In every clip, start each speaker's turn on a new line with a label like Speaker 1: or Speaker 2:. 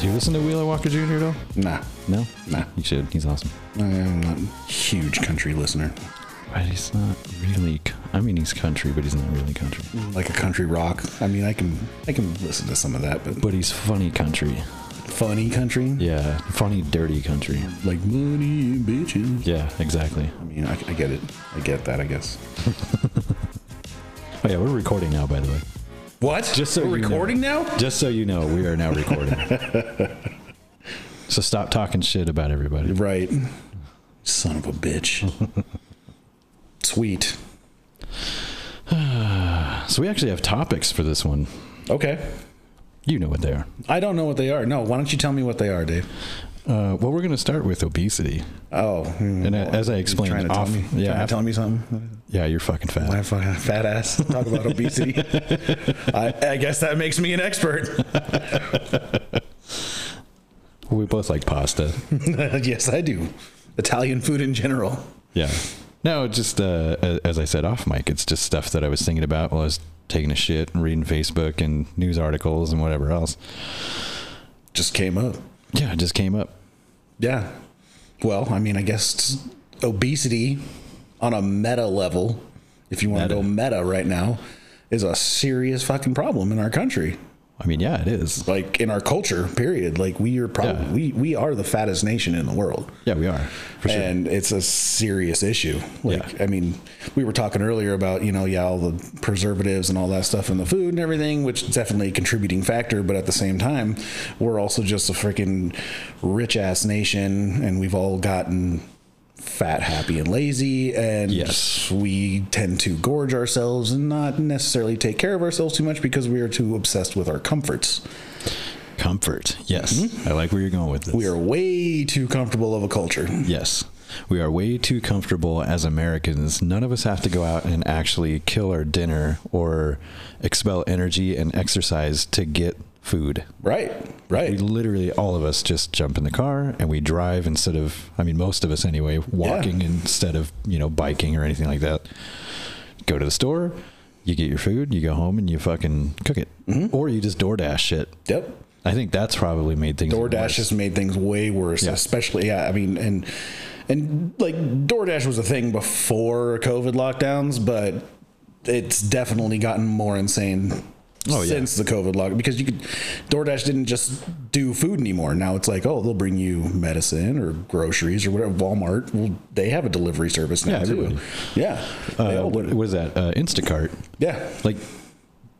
Speaker 1: Do you listen to Wheeler Walker Jr. at all?
Speaker 2: Nah.
Speaker 1: No?
Speaker 2: Nah.
Speaker 1: You should. He's awesome.
Speaker 2: I'm not a huge country listener.
Speaker 1: But he's not really. c- I mean, he's country, but he's not really country.
Speaker 2: Like a country rock. I mean, I can I can listen to some of that, but,
Speaker 1: But he's funny country.
Speaker 2: funny country,
Speaker 1: Yeah. Funny, dirty country.
Speaker 2: like money and bitches.
Speaker 1: Yeah, exactly.
Speaker 2: I mean, I, I get it. I get that. I guess.
Speaker 1: Oh, yeah, we're recording now, by the way.
Speaker 2: What?
Speaker 1: Just so
Speaker 2: we're
Speaker 1: you know.
Speaker 2: recording now?
Speaker 1: Just so you know, we are now recording. so stop talking shit about everybody.
Speaker 2: Right. Son of a bitch. Sweet.
Speaker 1: So we actually have topics for this one.
Speaker 2: Okay.
Speaker 1: You know what they are.
Speaker 2: I don't know what they are. No, why don't you tell me what they are, Dave?
Speaker 1: Uh, well, we're going to start with obesity.
Speaker 2: Oh, and
Speaker 1: And as I explained,
Speaker 2: trying to tell
Speaker 1: off-
Speaker 2: me,
Speaker 1: yeah.
Speaker 2: trying to tell me something.
Speaker 1: Yeah, you're fucking fat.
Speaker 2: My fucking fat ass. Talk about obesity. I, I guess that makes me an expert.
Speaker 1: We both like pasta.
Speaker 2: yes, I do. Italian food in general.
Speaker 1: Yeah. No, just uh, a- as I said off mic, it's just stuff that I was thinking about while I was taking a shit and reading Facebook and news articles and whatever else.
Speaker 2: Just came up.
Speaker 1: Yeah, it just came up.
Speaker 2: Yeah. Well, I mean, I guess obesity on a meta level, if you want to
Speaker 1: Meta.
Speaker 2: go meta right now, is a serious fucking problem in our country.
Speaker 1: I mean, yeah, it is.
Speaker 2: Like in our culture, period. Like we are probably
Speaker 1: Yeah.
Speaker 2: we, we are the fattest nation in the world.
Speaker 1: Yeah, we are. For sure.
Speaker 2: and it's a serious issue. Like,
Speaker 1: Yeah.
Speaker 2: I mean, we were talking earlier about, you know, yeah, all the preservatives and all that stuff in the food and everything, which is definitely a contributing factor. But at the same time, we're also just a freaking rich ass nation and we've all gotten fat, happy, and lazy. And
Speaker 1: Yes.
Speaker 2: we tend to gorge ourselves and not necessarily take care of ourselves too much because we are too obsessed with our comforts.
Speaker 1: Comfort. Yes. I like where you're going with this.
Speaker 2: We are way too comfortable of a culture.
Speaker 1: Yes. We are way too comfortable as Americans. None of us have to go out and actually kill our dinner or expel energy and exercise to get food.
Speaker 2: Right, right.
Speaker 1: We literally, all of us, just jump in the car and we drive instead of, I mean, most of us anyway, walking instead of, you know, biking or anything like that. Go to the store, you get your food, you go home and you fucking cook it. Or you just DoorDash shit.
Speaker 2: yep.
Speaker 1: I think that's probably made things
Speaker 2: DoorDash
Speaker 1: worse.
Speaker 2: has made things way worse,
Speaker 1: Yeah.
Speaker 2: especially yeah. I mean, and and like DoorDash was a thing before COVID lockdowns, but it's definitely gotten more insane
Speaker 1: Oh, yeah.
Speaker 2: since the COVID lockdown because you could DoorDash didn't just do food anymore. Now it's like, oh, they'll bring you medicine or groceries or whatever. Walmart, well, they have a delivery service now
Speaker 1: Yeah,
Speaker 2: too.
Speaker 1: everybody.
Speaker 2: Yeah, They
Speaker 1: Uh,
Speaker 2: all
Speaker 1: what
Speaker 2: do.
Speaker 1: was that? Uh, Instacart.
Speaker 2: yeah,
Speaker 1: like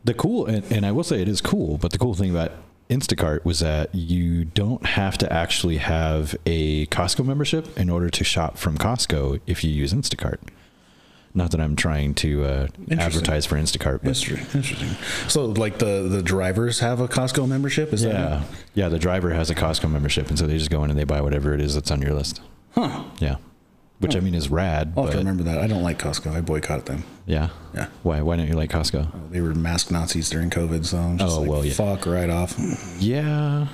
Speaker 1: the cool and, and i will say it is cool but the cool thing about instacart was that you don't have to actually have a costco membership in order to shop from costco if you use instacart not that i'm trying to uh, advertise for instacart but
Speaker 2: interesting, interesting. So like the the drivers have a Costco membership, is that
Speaker 1: yeah yeah the driver has a costco membership and so they just go in and they buy whatever it is that's on your list
Speaker 2: Huh.
Speaker 1: yeah which i mean is rad
Speaker 2: I'll have to
Speaker 1: but
Speaker 2: remember that. I don't like Costco. I boycott them.
Speaker 1: yeah
Speaker 2: Yeah. Oh.
Speaker 1: why why don't you like costco
Speaker 2: They were masked Nazis during COVID, so I'm just
Speaker 1: Oh,
Speaker 2: like,
Speaker 1: well, yeah.
Speaker 2: fuck right off.
Speaker 1: yeah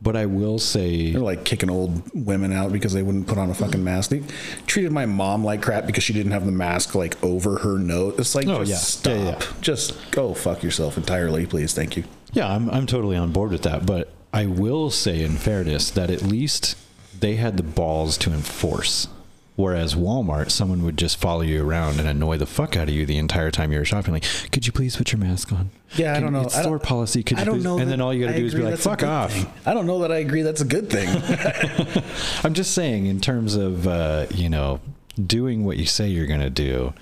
Speaker 1: but i will say
Speaker 2: They're like kicking old women out because they wouldn't put on a fucking mask. They treated my mom like crap because she didn't have the mask like over her nose. It's like,
Speaker 1: Oh,
Speaker 2: just
Speaker 1: yeah.
Speaker 2: stop.
Speaker 1: Yeah, yeah.
Speaker 2: Just go fuck yourself entirely, please. Thank you.
Speaker 1: Yeah, I'm I'm totally on board with that, but I will say in fairness that at least they had the balls to enforce. Whereas Walmart, someone would just follow you around and annoy the fuck out of you the entire time you were shopping. Like, could you please put your mask on?
Speaker 2: Yeah, I
Speaker 1: Can-
Speaker 2: don't know.
Speaker 1: It's
Speaker 2: I don't-
Speaker 1: store policy. Could
Speaker 2: I
Speaker 1: you
Speaker 2: don't
Speaker 1: please-"
Speaker 2: know.
Speaker 1: And
Speaker 2: that
Speaker 1: then all you got
Speaker 2: I
Speaker 1: to do is be
Speaker 2: agree
Speaker 1: like,
Speaker 2: that's a
Speaker 1: "Fuck
Speaker 2: good
Speaker 1: off."
Speaker 2: thing. I don't know that I agree that's a good thing.
Speaker 1: I'm just saying, in terms of uh, you know doing what you say you're gonna do,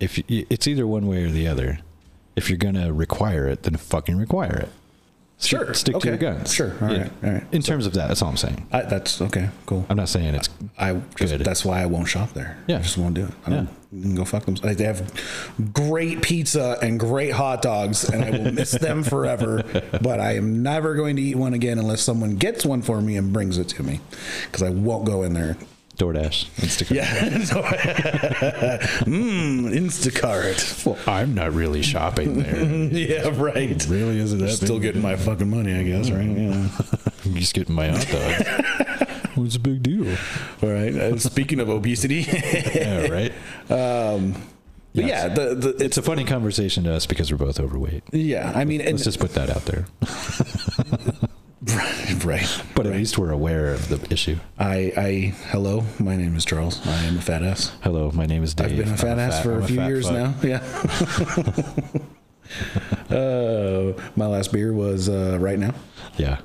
Speaker 1: if you, it's either one way or the other. If you're gonna require it, then fucking require it. Stick-
Speaker 2: Sure.
Speaker 1: Stick
Speaker 2: Okay.
Speaker 1: to your guns.
Speaker 2: Sure. All right. All right.
Speaker 1: In terms of that, that's all I'm saying.
Speaker 2: I, that's okay. Cool.
Speaker 1: I'm not saying it's
Speaker 2: I just,
Speaker 1: Good.
Speaker 2: that's why I won't shop there.
Speaker 1: Yeah.
Speaker 2: I just won't do it. I don't you can go fuck them. Like, they have great pizza and great hot dogs, and I will miss them forever. But I am never going to eat one again unless someone gets one for me and brings it to me, because I won't go in there.
Speaker 1: DoorDash, Instacart.
Speaker 2: Yeah. So- Mmm, Instacart.
Speaker 1: Well, I'm not really shopping there.
Speaker 2: Yeah, right.
Speaker 1: really isn't that
Speaker 2: Still getting my fucking money, I guess, right? Yeah.
Speaker 1: Mm-hmm. I'm just getting my hot dog. What's the big deal?
Speaker 2: All right. Uh, speaking of obesity,
Speaker 1: Yeah, right.
Speaker 2: but
Speaker 1: Yes.
Speaker 2: yeah, the, the, it's
Speaker 1: It's a funny conversation to us because we're both overweight.
Speaker 2: yeah. I mean, and,
Speaker 1: Let's just put that out there.
Speaker 2: right.
Speaker 1: But at least we're aware of the issue.
Speaker 2: I, I, hello, my name is Charles. I am a fat ass.
Speaker 1: Hello, my name is Dave.
Speaker 2: I've been a
Speaker 1: I'm
Speaker 2: fat ass for
Speaker 1: I'm
Speaker 2: a few
Speaker 1: fat
Speaker 2: years
Speaker 1: fuck.
Speaker 2: now. Yeah. uh, my last beer was uh, right now.
Speaker 1: Yeah.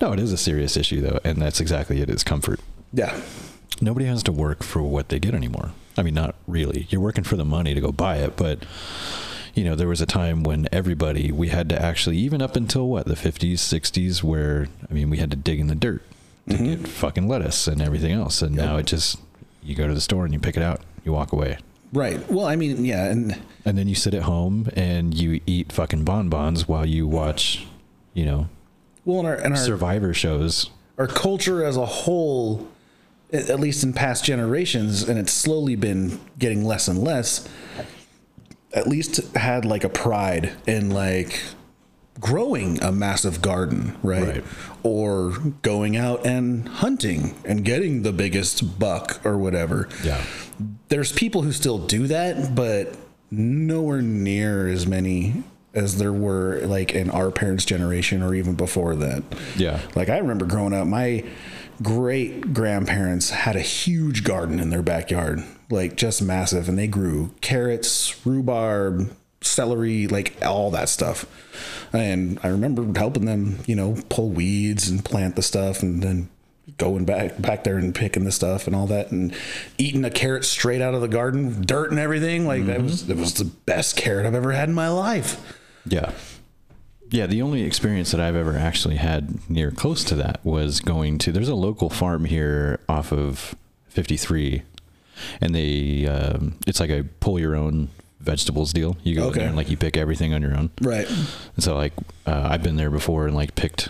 Speaker 1: No, it is a serious issue though, and that's exactly it. It's comfort.
Speaker 2: Yeah.
Speaker 1: Nobody has to work for what they get anymore. I mean, not really. You're working for the money to go buy it, but you know, there was a time when everybody we had to actually even up until what the 50s, 60s, where I mean, we had to dig in the dirt to
Speaker 2: Mm-hmm.
Speaker 1: get fucking lettuce and everything else, and now it just you go to the store and you pick it out, you walk away.
Speaker 2: Right. Well, I mean, yeah, and
Speaker 1: And then you sit at home and you eat fucking bonbons while you watch, you know,
Speaker 2: well, and our and our
Speaker 1: survivor shows.
Speaker 2: our culture as a whole, a- at least in past generations, and it's slowly been getting less and less. At least had like a pride in like growing a massive garden, right?
Speaker 1: Right.
Speaker 2: Or going out and hunting and getting the biggest buck or whatever.
Speaker 1: Yeah.
Speaker 2: There's people who still do that, but nowhere near as many as there were like in our parents' generation or even before that.
Speaker 1: Yeah.
Speaker 2: Like I remember growing up, my great grandparents had a huge garden in their backyard, like just massive, and they grew carrots, rhubarb, celery, like all that stuff. And I remember helping them, you know, pull weeds and plant the stuff, and then going back back there and picking the stuff and all that and eating a carrot straight out of the garden dirt and everything like that was that was the best carrot i've ever had in my life
Speaker 1: Yeah. Yeah, the only experience that I've ever actually had near close to that was going to there's a local farm here off of 53 and they um, it's like a pull your own vegetables deal. You go in
Speaker 2: Okay.
Speaker 1: there and like you pick everything on your own.
Speaker 2: right
Speaker 1: And so like uh, I've been there before and like picked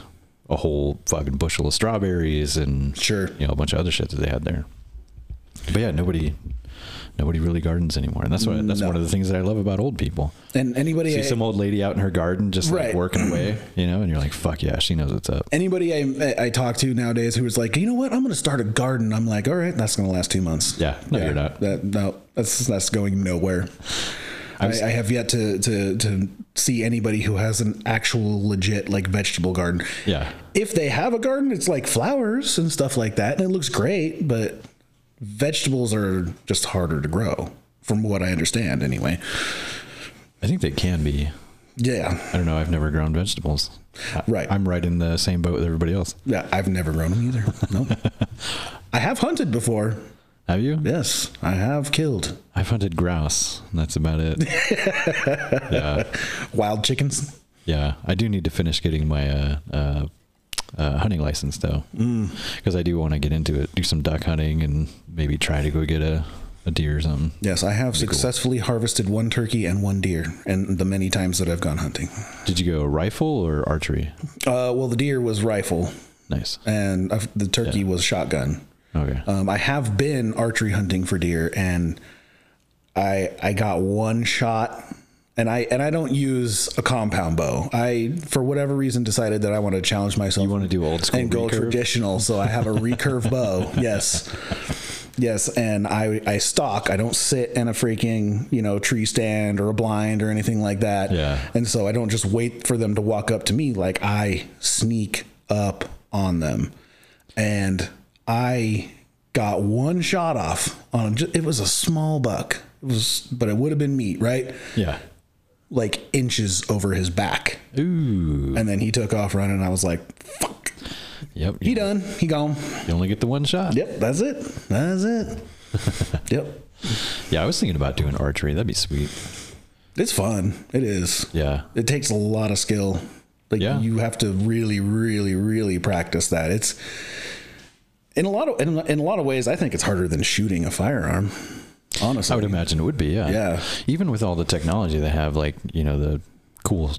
Speaker 1: a whole fucking bushel of strawberries and
Speaker 2: Sure.
Speaker 1: you know a bunch of other shit that they had there. But yeah, nobody nobody really gardens anymore. And that's what that's
Speaker 2: No.
Speaker 1: one of the things that I love about old people
Speaker 2: and anybody
Speaker 1: see some old lady out in her garden just
Speaker 2: Right.
Speaker 1: like working away, you know, and you're like, fuck yeah, she knows what's up.
Speaker 2: anybody I, I talk to nowadays who is like, you know what, I'm going to start a garden. I'm like, all right, that's going to last two months.
Speaker 1: Yeah, no, you're not.
Speaker 2: That, no, that's that's going nowhere. I, I have yet to, to to see anybody who has an actual legit like vegetable garden.
Speaker 1: Yeah.
Speaker 2: If they have a garden, it's like flowers and stuff like that, and it looks great. But vegetables are just harder to grow, from what I understand, anyway.
Speaker 1: I think they can be.
Speaker 2: Yeah,
Speaker 1: I don't know. I've never grown vegetables. I-
Speaker 2: Right.
Speaker 1: I'm right in the same boat with everybody else.
Speaker 2: yeah, I've never grown them either. No, I have hunted before.
Speaker 1: Have you?
Speaker 2: Yes, I have killed.
Speaker 1: I've hunted grouse. And that's about it.
Speaker 2: wild chickens.
Speaker 1: yeah. I do need to finish getting my, uh, uh, uh, hunting license though,
Speaker 2: Mm.
Speaker 1: because I do want to get into it, do some duck hunting, and maybe try to go get a, a deer or something.
Speaker 2: Yes, I have successfully harvested one turkey and one deer, and the many times that I've gone hunting.
Speaker 1: Did you go rifle or archery?
Speaker 2: Uh, well, the deer was rifle,
Speaker 1: Nice.
Speaker 2: and i the turkey was shotgun.
Speaker 1: Okay.
Speaker 2: Um, I have been archery hunting for deer, and I I got one shot, and I and I don't use a compound bow. I for whatever reason decided that I want to challenge myself.
Speaker 1: you want to do old school?
Speaker 2: and go
Speaker 1: recurve?
Speaker 2: traditional. So I have a recurve bow. Yes. Yes. And I, I stalk. I don't sit in a freaking, you know, tree stand or a blind or anything like that.
Speaker 1: Yeah.
Speaker 2: And so I don't just wait for them to walk up to me. Like I sneak up on them. And I got one shot off on a, it was a small buck. It was, but it would have been meat, right?
Speaker 1: Yeah.
Speaker 2: Like inches over his back.
Speaker 1: Ooh.
Speaker 2: And then he took off running. I was like, fuck.
Speaker 1: Yep.
Speaker 2: He done. He gone.
Speaker 1: You only get the one shot.
Speaker 2: Yep, that's it. That's it. yep.
Speaker 1: Yeah, I was thinking about doing archery. That'd be sweet.
Speaker 2: It's fun. It is.
Speaker 1: Yeah.
Speaker 2: It takes a lot of skill. Like
Speaker 1: Yeah.
Speaker 2: you have to really, really, really practice that. It's in a lot of in, in a lot of ways, I think it's harder than shooting a firearm. Honestly.
Speaker 1: I would imagine it would be, yeah.
Speaker 2: Yeah.
Speaker 1: Even with all the technology they have, like, you know, the cool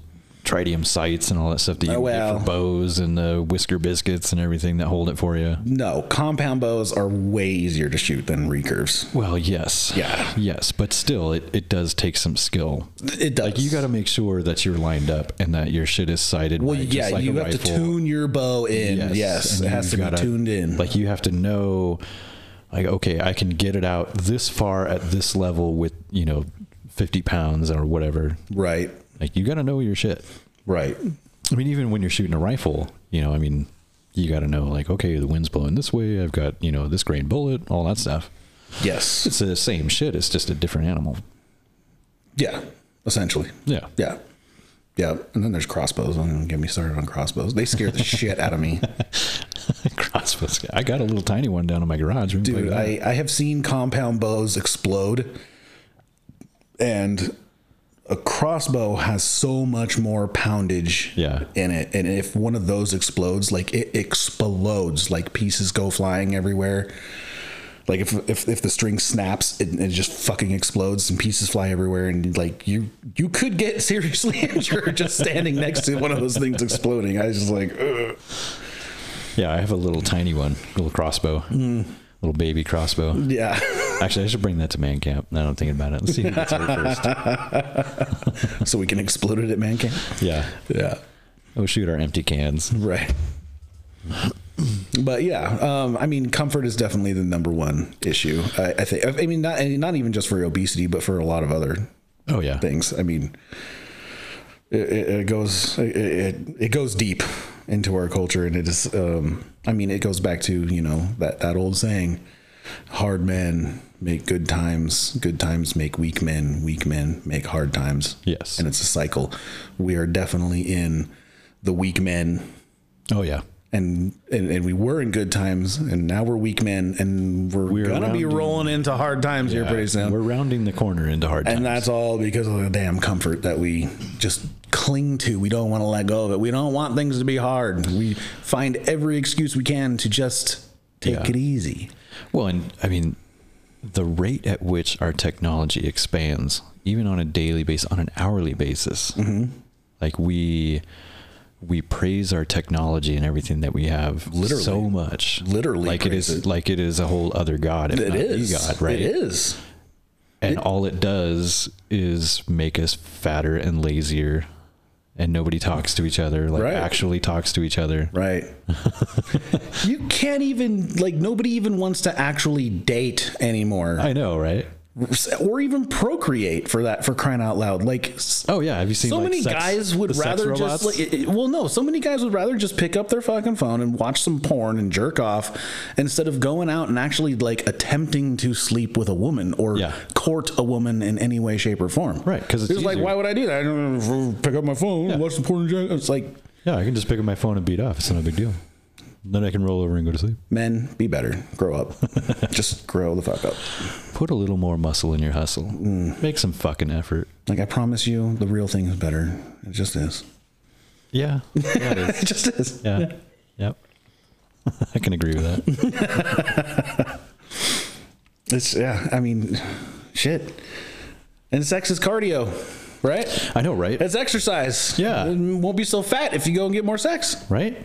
Speaker 1: tritium sights and all that stuff that you
Speaker 2: Oh,
Speaker 1: can get
Speaker 2: well.
Speaker 1: for bows and the whisker biscuits and everything that hold it for you.
Speaker 2: no, compound bows are way easier to shoot than recurves.
Speaker 1: Well, yes.
Speaker 2: Yeah.
Speaker 1: Yes. But still it, it does take some skill.
Speaker 2: It does.
Speaker 1: Like you gotta make sure that you're lined up and that your shit is sighted.
Speaker 2: well,
Speaker 1: by just
Speaker 2: yeah,
Speaker 1: like
Speaker 2: you
Speaker 1: a
Speaker 2: have to
Speaker 1: rifle.
Speaker 2: tune your bow in. Yes,
Speaker 1: and
Speaker 2: it has
Speaker 1: you've
Speaker 2: to be
Speaker 1: gotta-
Speaker 2: tuned in.
Speaker 1: Like you have to know, like okay, I can get it out this far at this level with you know fifty pounds or whatever.
Speaker 2: right,
Speaker 1: Like you got to know your shit.
Speaker 2: right.
Speaker 1: I mean, even when you're shooting a rifle, you know, I mean, you got to know like, okay, the wind's blowing this way. I've got you know this grain bullet, all that stuff.
Speaker 2: Yes.
Speaker 1: It's the same shit. It's just a different animal.
Speaker 2: Yeah. Essentially.
Speaker 1: Yeah.
Speaker 2: Yeah. Yeah. And then there's crossbows. Don't even get me started on crossbows. They scare the shit out of me.
Speaker 1: Crossbows. I got a little tiny one down in my garage. We can play
Speaker 2: Dude,
Speaker 1: with that.
Speaker 2: I, I have seen compound bows explode, and a crossbow has so much more poundage
Speaker 1: Yeah.
Speaker 2: in it. And if one of those explodes, like it explodes, like pieces go flying everywhere. Like if if, if the string snaps, it, it just fucking explodes and pieces fly everywhere. And like you you could get seriously injured just standing next to one of those things exploding. I was just like, Ugh.
Speaker 1: yeah, I have a little tiny one, little crossbow,
Speaker 2: Mm.
Speaker 1: little baby crossbow.
Speaker 2: yeah.
Speaker 1: Actually, I should bring that to man camp. Now that I'm thinking about it. Let's see who gets hurt first.
Speaker 2: so we can explode it at man camp.
Speaker 1: Yeah.
Speaker 2: Yeah.
Speaker 1: Oh shoot, our empty cans.
Speaker 2: Right. But yeah, um, I mean, comfort is definitely the number one issue. I, I think. I mean, not and not even just for obesity, but for a lot of other
Speaker 1: Oh yeah.
Speaker 2: things. I mean, it, it it goes it, it it goes deep into our culture, and it is. Um, I mean, it goes back to you know that that old saying, "Hard men make good times, good times make weak men, weak men make hard times."
Speaker 1: Yes.
Speaker 2: and it's a cycle. We are definitely in the weak men
Speaker 1: Oh yeah.
Speaker 2: and, and and we were in good times, and now we're weak men, and we're,
Speaker 1: We're
Speaker 2: gonna be
Speaker 1: rounding-
Speaker 2: rolling into hard times here
Speaker 1: Yeah.
Speaker 2: pretty soon.
Speaker 1: Uh, We're rounding the corner into hard
Speaker 2: and
Speaker 1: times.
Speaker 2: that's all because of the damn comfort that we just cling to. We don't want to let go of it. We don't want things to be hard. We find every excuse we can to just take
Speaker 1: Yeah.
Speaker 2: it easy.
Speaker 1: Well, and I mean, the rate at which our technology expands, even on a daily basis, on an hourly basis,
Speaker 2: Mm-hmm.
Speaker 1: like we we praise our technology and everything that we have
Speaker 2: Literally.
Speaker 1: so much,
Speaker 2: Literally
Speaker 1: like it is
Speaker 2: praise it.
Speaker 1: like it is a whole other god. If
Speaker 2: It
Speaker 1: not the
Speaker 2: is.
Speaker 1: god, right?
Speaker 2: It is.
Speaker 1: And all it does is make us fatter and lazier, and nobody talks to each other. Like
Speaker 2: Right.
Speaker 1: actually talks to each other.
Speaker 2: Right. you can't even like nobody even wants to actually date anymore,
Speaker 1: I know, right?
Speaker 2: or even procreate for that. For crying out loud, like s-
Speaker 1: Oh yeah, have you seen
Speaker 2: so
Speaker 1: like,
Speaker 2: many
Speaker 1: sex-
Speaker 2: guys would
Speaker 1: the sex
Speaker 2: rather just
Speaker 1: robots?
Speaker 2: like, it- it- well no so many guys would rather just pick up their fucking phone and watch some porn and jerk off instead of going out and actually like attempting to sleep with a woman or
Speaker 1: Yeah.
Speaker 2: court a woman in any way shape or form
Speaker 1: Right, 'cause it's
Speaker 2: it's like
Speaker 1: easier.
Speaker 2: why would i do that i don't pick up my phone watch the porn and jerk it's like
Speaker 1: Yeah, I can just pick up my phone and beat off. It's no big deal. Then I can roll over and go to sleep.
Speaker 2: men be better grow up just grow the fuck up
Speaker 1: Put a little more muscle in your hustle.
Speaker 2: Mm.
Speaker 1: Make some fucking effort.
Speaker 2: like i promise you the real thing is better it just is
Speaker 1: Yeah. Yeah. It is.
Speaker 2: it just is
Speaker 1: yeah. Yep. I can agree with that.
Speaker 2: it's yeah i mean shit and sex is cardio right
Speaker 1: I know, right?
Speaker 2: It's exercise.
Speaker 1: Yeah.
Speaker 2: You won't be so fat if you go and get more sex.
Speaker 1: right?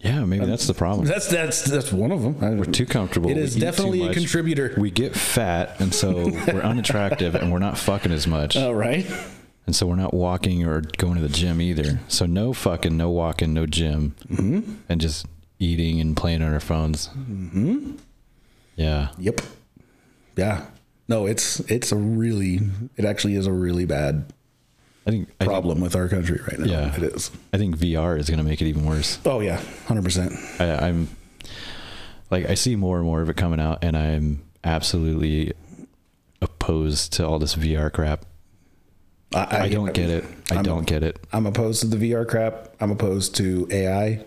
Speaker 1: Yeah, maybe that's the problem.
Speaker 2: That's that's that's one of them. We're
Speaker 1: Too comfortable.
Speaker 2: Um, It
Speaker 1: We
Speaker 2: is
Speaker 1: eat too
Speaker 2: definitely a
Speaker 1: much.
Speaker 2: contributor.
Speaker 1: We get fat, and so we're unattractive, and we're not fucking as much,
Speaker 2: All Oh, right.
Speaker 1: and so we're not walking or going to the gym either. So no fucking, no walking, no gym, mm-hmm. and just eating and playing on our phones. Mm-hmm. Yeah.
Speaker 2: Yep. Yeah. No, it's it's a really it actually is a really bad
Speaker 1: I think I think,
Speaker 2: problem with our country right now.
Speaker 1: Yeah.
Speaker 2: It is.
Speaker 1: I think VR is going to make it even worse.
Speaker 2: Oh yeah, hundred percent.
Speaker 1: I, I'm like I see more and more of it coming out, and I'm absolutely opposed to all this VR crap. I, don't get it. I
Speaker 2: I'm-
Speaker 1: don't get it.
Speaker 2: I'm opposed to the VR crap. I'm opposed to AI.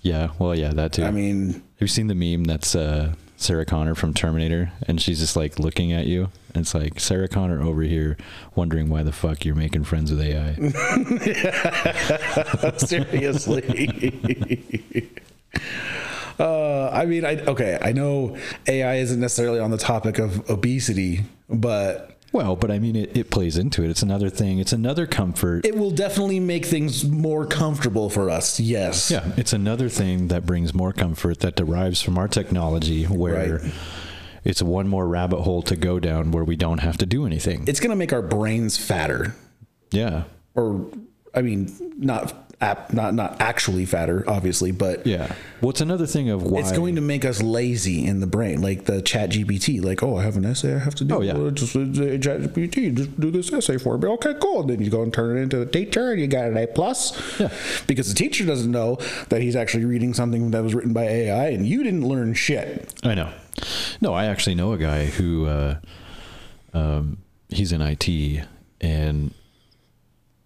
Speaker 1: Yeah, well, yeah, that too.
Speaker 2: I mean,
Speaker 1: Have you seen the meme that's uh, Sarah Connor from Terminator, and she's just like looking at you, and it's like Sarah Connor over here wondering why the fuck you're making friends with AI.
Speaker 2: seriously. uh, I mean, I okay. I know AI isn't necessarily on the topic of obesity, but
Speaker 1: well, but I mean, it, it plays into it. It's another thing. It's another comfort.
Speaker 2: it will definitely make things more comfortable for us. Yes.
Speaker 1: Yeah, it's another thing that brings more comfort that derives from our technology where
Speaker 2: Right.
Speaker 1: it's one more rabbit hole to go down where we don't have to do anything.
Speaker 2: It's gonna make our brains fatter,
Speaker 1: yeah.
Speaker 2: or I mean, not. ap- not not actually fatter, obviously, but
Speaker 1: Yeah. What's another thing of why
Speaker 2: it's going to make us lazy in the brain, like the Chat GPT. Like, oh, I have an essay I have to do.
Speaker 1: Oh, yeah.
Speaker 2: Well, just uh, Chat GPT, just do this essay for me. Okay, cool. And then you go and turn it into the teacher, and you got an A plus.
Speaker 1: Yeah.
Speaker 2: Because the teacher doesn't know that he's actually reading something that was written by AI, and you didn't learn shit.
Speaker 1: I know. No, I actually know a guy who uh, um, he's in IT, and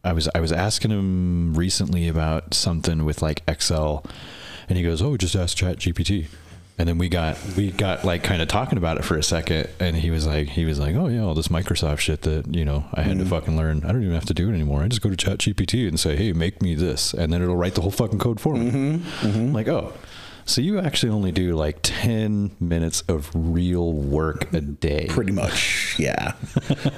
Speaker 1: I was I was asking him recently about something with like Excel, and he goes, "Oh, just ask Chat GPT." And then we got we got like kind of talking about it for a second, and he was like he was like, "Oh yeah, all this Microsoft shit that you know I had to fucking learn. I don't even have to do it anymore. I just go to Chat GPT and say, hey, make me this,' and then it'll write the whole fucking code for me." I'm like, oh, so you actually only do like 10 minutes of real work a day.
Speaker 2: Pretty much, yeah.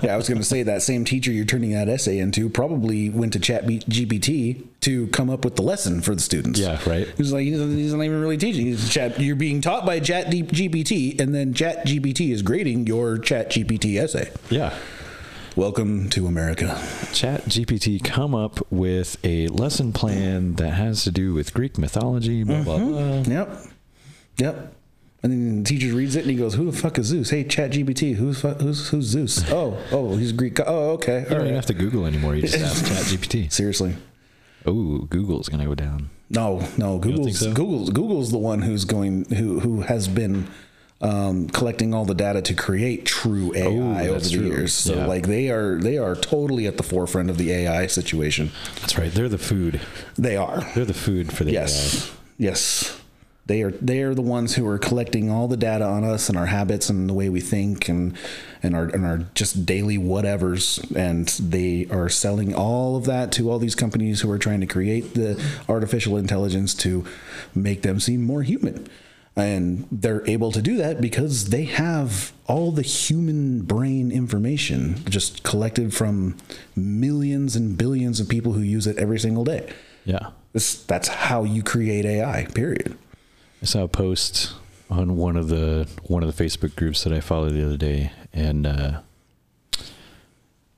Speaker 2: yeah, I was going to say that same teacher you're turning that essay into probably went to Chat GPT to come up with the lesson for the students.
Speaker 1: Yeah, right.
Speaker 2: He's like, he's not, he's not even really teaching. He's chat, you're being taught by Chat D- GPT, and then Chat GPT is grading your Chat GPT essay.
Speaker 1: Yeah.
Speaker 2: Welcome to America.
Speaker 1: Chat GPT come up with a lesson plan that has to do with Greek mythology, blah, blah, blah.
Speaker 2: Yep. Yep. And then the teacher reads it and he goes, "Who the fuck is Zeus? Hey, Chat GPT, who's fu- who's who's Zeus? Oh, oh, he's Greek. go- Oh,
Speaker 1: You
Speaker 2: okay, all
Speaker 1: don't even
Speaker 2: right.
Speaker 1: have to Google anymore. You just ask Chat GPT.
Speaker 2: Seriously,
Speaker 1: Oh, Google's going to go down.
Speaker 2: no, no. Google's
Speaker 1: so?
Speaker 2: Google's Google's the one who's going who who has been um, collecting all the data to create true AI over
Speaker 1: Oh, that's
Speaker 2: the
Speaker 1: true.
Speaker 2: years. So
Speaker 1: Yeah.
Speaker 2: like they are they are totally at the forefront of the AI situation.
Speaker 1: That's right. They're the food.
Speaker 2: They are.
Speaker 1: They're the food for the AI.
Speaker 2: Yes. Yes. They are they are the ones who are collecting all the data on us and our habits and the way we think and and our and our just daily whatevers and they are selling all of that to all these companies who are trying to create the artificial intelligence to make them seem more human. And they're able to do that because they have all the human brain information just collected from millions and billions of people who use it every single day.
Speaker 1: Yeah.
Speaker 2: This, that's how you create AI. Period.
Speaker 1: I saw a post on one of the one of the Facebook groups that I follow the other day, and uh,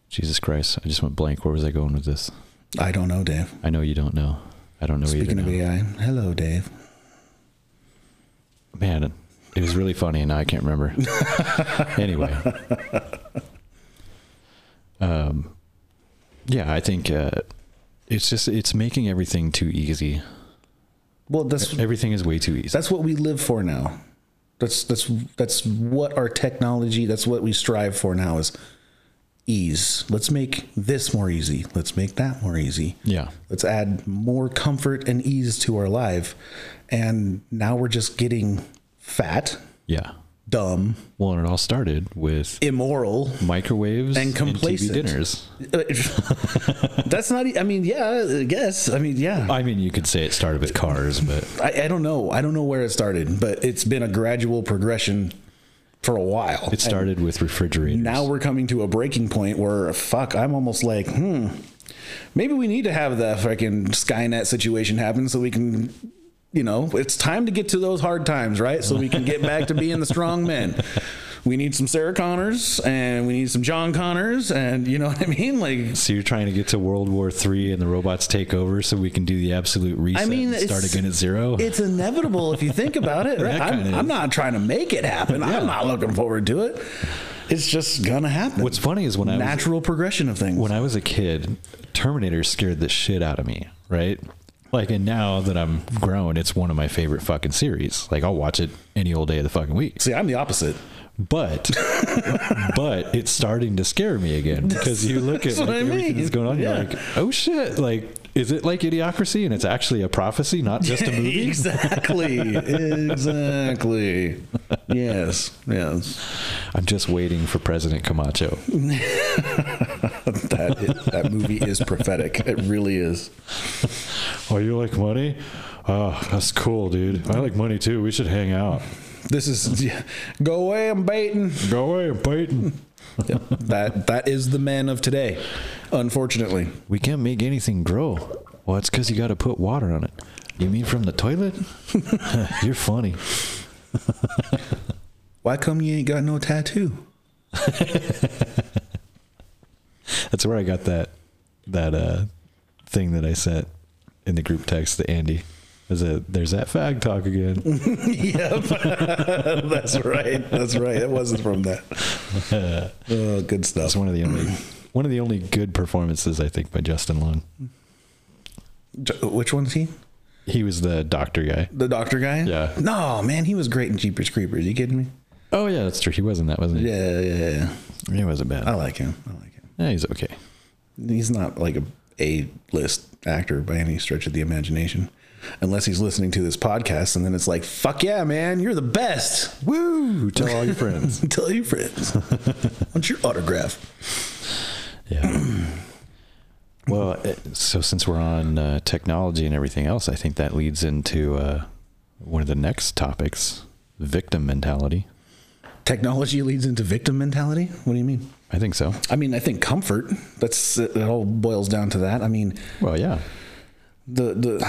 Speaker 1: Jesus Christ, I just went blank. Where was I going with this?
Speaker 2: I don't know, Dave.
Speaker 1: I know you don't know. I don't know
Speaker 2: Speaking
Speaker 1: either. now.
Speaker 2: of AI, hello, Dave.
Speaker 1: Man, it was really funny, and now I can't remember. anyway, um, yeah, I think uh, it's just it's making everything too easy.
Speaker 2: Well, that's
Speaker 1: Everything is way too easy.
Speaker 2: that's what we live for now. That's that's that's what our technology. That's what we strive for now is ease. Let's make this more easy. Let's make that more easy.
Speaker 1: Yeah,
Speaker 2: Let's add more comfort and ease to our life. And now we're just getting fat,
Speaker 1: yeah.
Speaker 2: dumb,
Speaker 1: Well, and it all started with
Speaker 2: immoral,
Speaker 1: microwaves
Speaker 2: and complacent.
Speaker 1: TV dinners.
Speaker 2: that's not. e- I mean, yeah, I guess. I mean, yeah.
Speaker 1: I mean, you could say it started with cars, but
Speaker 2: I, I don't know. I don't know where it started, but it's been a gradual progression for a while.
Speaker 1: it started with refrigerators.
Speaker 2: now we're coming to a breaking point where fuck, I'm almost like, hmm, maybe we need to have the freaking Skynet situation happen so we can, you know, it's time to get to those hard times, right? So we can get back to being the strong men. We need some Sarah Connors and we need some John Connors and you know what I mean? Like
Speaker 1: so you're trying to get to World War Three and the robots take over, so we can do the absolute reset.
Speaker 2: mean,
Speaker 1: and start
Speaker 2: it's-
Speaker 1: again at zero.
Speaker 2: it's inevitable if you think about it. Right?
Speaker 1: That
Speaker 2: I'm,
Speaker 1: kinda
Speaker 2: I'm
Speaker 1: is.
Speaker 2: not trying to make it happen. I'm not looking forward to it. It's just gonna happen.
Speaker 1: What's funny is when I was,
Speaker 2: natural progression of things?
Speaker 1: when I was a kid, Terminator scared the shit out of me, right? Like, and now that I'm grown, it's one of my favorite fucking series. Like, I'll watch it any old day of the fucking week.
Speaker 2: See, I'm the opposite.
Speaker 1: But, but it's starting to scare me again because you look at
Speaker 2: That's what
Speaker 1: like,
Speaker 2: I
Speaker 1: everything that's
Speaker 2: mean.
Speaker 1: going on.
Speaker 2: Yeah.
Speaker 1: You're like, oh shit! Like, is it like Idiocracy and it's actually a prophecy, not just a movie?
Speaker 2: exactly. exactly. Yes. Yes.
Speaker 1: I'm just waiting for President Camacho.
Speaker 2: That is, that movie is prophetic. It really is.
Speaker 1: Oh, you like money? Oh, that's cool, dude. I like money too. We should hang out.
Speaker 2: This is yeah. go away. I'm baiting.
Speaker 1: Go away, Peyton.
Speaker 2: Yep. That that is the men of today. Unfortunately,
Speaker 1: We can't make anything grow. Well, it's because you got to put water on it. You mean from the toilet? You're funny.
Speaker 2: why come you ain't got no tattoo?
Speaker 1: That's where I got that that uh, thing that I sent in the group text to Andy. Is it there's that fag talk again?
Speaker 2: yep. That's right. That's right. It wasn't from that. Oh, good stuff.
Speaker 1: That's one of the only one of the only good performances I think by Justin Long.
Speaker 2: J- Which one's he?
Speaker 1: He was the doctor guy.
Speaker 2: The doctor guy?
Speaker 1: Yeah.
Speaker 2: No, man, he was great in Jeepers Creepers. You kidding me?
Speaker 1: Oh yeah, Oh. that's true. He wasn't that, wasn't he?
Speaker 2: Yeah, yeah, yeah.
Speaker 1: He wasn't bad.
Speaker 2: I like him. I like him.
Speaker 1: Yeah, he's okay.
Speaker 2: He's not like a A list actor by any stretch of the imagination. Unless he's listening to this podcast, and then it's like, fuck yeah, man, you're the best.
Speaker 1: Woo! Tell all your friends.
Speaker 2: Tell your friends. What's your autograph?
Speaker 1: Yeah. well, it- so since we're on uh, technology and everything else, I think that leads into uh, one of the next topics: victim mentality.
Speaker 2: Technology leads into victim mentality. What do you mean?
Speaker 1: I think so.
Speaker 2: I mean, I think comfort. That's it. All boils down to that. I mean,
Speaker 1: Well, yeah.
Speaker 2: the the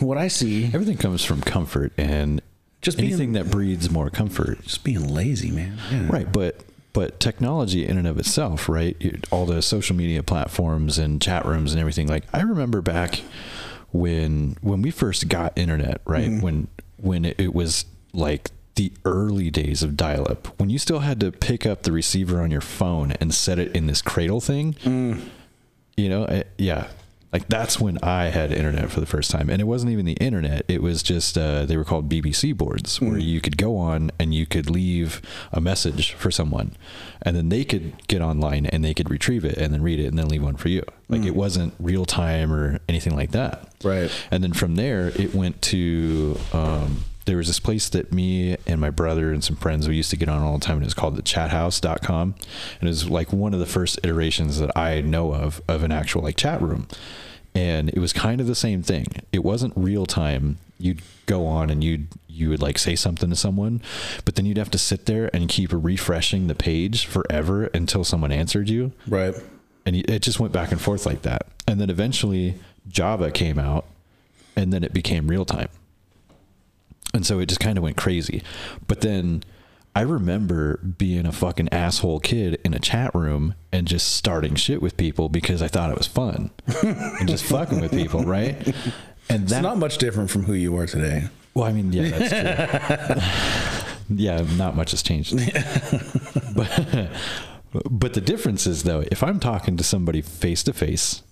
Speaker 2: what I see
Speaker 1: Everything comes from comfort, and
Speaker 2: Just being-
Speaker 1: anything that breeds more comfort.
Speaker 2: just being lazy, man. Yeah.
Speaker 1: Right, but but technology in and of itself, right? It- All the social media platforms and chat rooms and everything. Like I remember back when when we first got internet, right? When when it, it was like the early days of dial-up, when you still had to pick up the receiver on your phone and set it in this cradle thing. You know, I, yeah. Like that's when I had internet for the first time, and it wasn't even the internet. It was just uh, they were called BBC boards, where you could go on and you could leave a message for someone, and then they could get online and they could retrieve it and then read it and then leave one for you. Like it wasn't real time or anything like that.
Speaker 2: Right.
Speaker 1: And then from there, it went to um, there was this place that me and my brother and some friends we used to get on all the time, and it was called the chathouse.com. And it was like one of the first iterations that I know of of an actual like chat room. And it was kind of the same thing. It wasn't real time. You'd go on and you'd you would like say something to someone, but then you'd have to sit there and keep refreshing the page forever until someone answered you
Speaker 2: Right.
Speaker 1: and it just went back and forth like that. And then eventually Java came out, and then it became real time. And so it just kind of went crazy. But then I remember being a fucking asshole kid in a chat room and just starting shit with people because I thought it was fun and just fucking with people, right? And
Speaker 2: It's
Speaker 1: that,
Speaker 2: not much different from who you are today.
Speaker 1: well, I mean, yeah, that's true. yeah, not much has changed. but but the difference is though, if I'm talking to somebody face to face,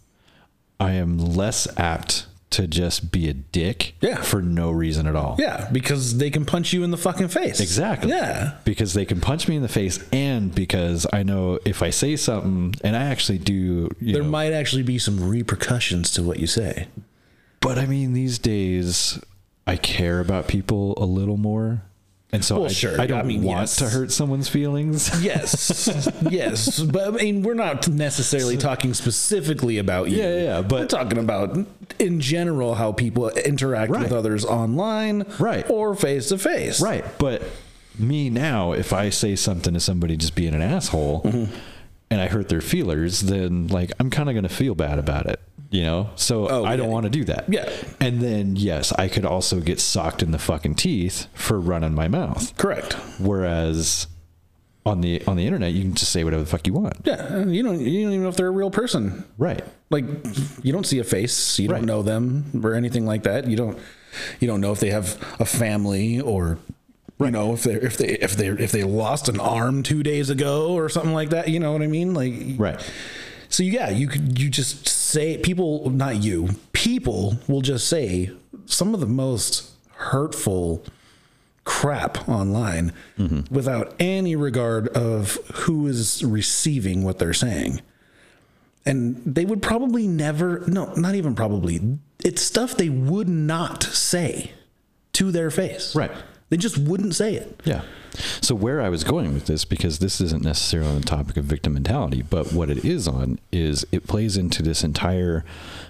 Speaker 1: I am less apt to just be a dick
Speaker 2: Yeah.
Speaker 1: for no reason at all.
Speaker 2: Yeah, because they can punch you in the fucking face.
Speaker 1: Exactly.
Speaker 2: Yeah.
Speaker 1: Because they can punch me in the face and because I know if I say something and I actually do you
Speaker 2: There
Speaker 1: know,
Speaker 2: might actually be some repercussions to what you say.
Speaker 1: but I mean these days I care about people a little more. And so
Speaker 2: Well,
Speaker 1: I,
Speaker 2: sure.
Speaker 1: I don't
Speaker 2: I mean,
Speaker 1: want
Speaker 2: yes.
Speaker 1: to hurt someone's feelings.
Speaker 2: Yes. yes. But I mean, we're not necessarily talking specifically about you.
Speaker 1: Yeah, yeah, yeah, but-
Speaker 2: we're talking about in general how people interact
Speaker 1: Right.
Speaker 2: with others online
Speaker 1: Right.
Speaker 2: or face to face.
Speaker 1: Right. But me now, if I say something to somebody just being an asshole
Speaker 2: Mm-hmm.
Speaker 1: and I hurt their feelers, then like I'm kind of going to feel bad about it, you know? So
Speaker 2: Oh,
Speaker 1: I don't
Speaker 2: yeah.
Speaker 1: want to do that.
Speaker 2: Yeah.
Speaker 1: And then, yes, I could also get socked in the fucking teeth for running my mouth.
Speaker 2: Correct.
Speaker 1: Whereas on the on the internet, you can just say whatever the fuck you want.
Speaker 2: Yeah. You don't you don't even know if they're a real person.
Speaker 1: Right.
Speaker 2: Like you don't see a face, you
Speaker 1: Right.
Speaker 2: don't know them or anything like that. You don't you don't know if they have a family or you know if they if they if they if they lost an arm 2 days ago or something like that, you know what I mean? Like
Speaker 1: Right.
Speaker 2: So yeah, you could you just say people not you, people will just say some of the most hurtful crap online without any regard of who is receiving what they're saying. And they would probably never no, not even probably. It's stuff they would not say to their face.
Speaker 1: Right.
Speaker 2: They just wouldn't say it.
Speaker 1: Yeah. So where I was going with this, because this isn't necessarily on the topic of victim mentality, but what it is on is it plays into this entire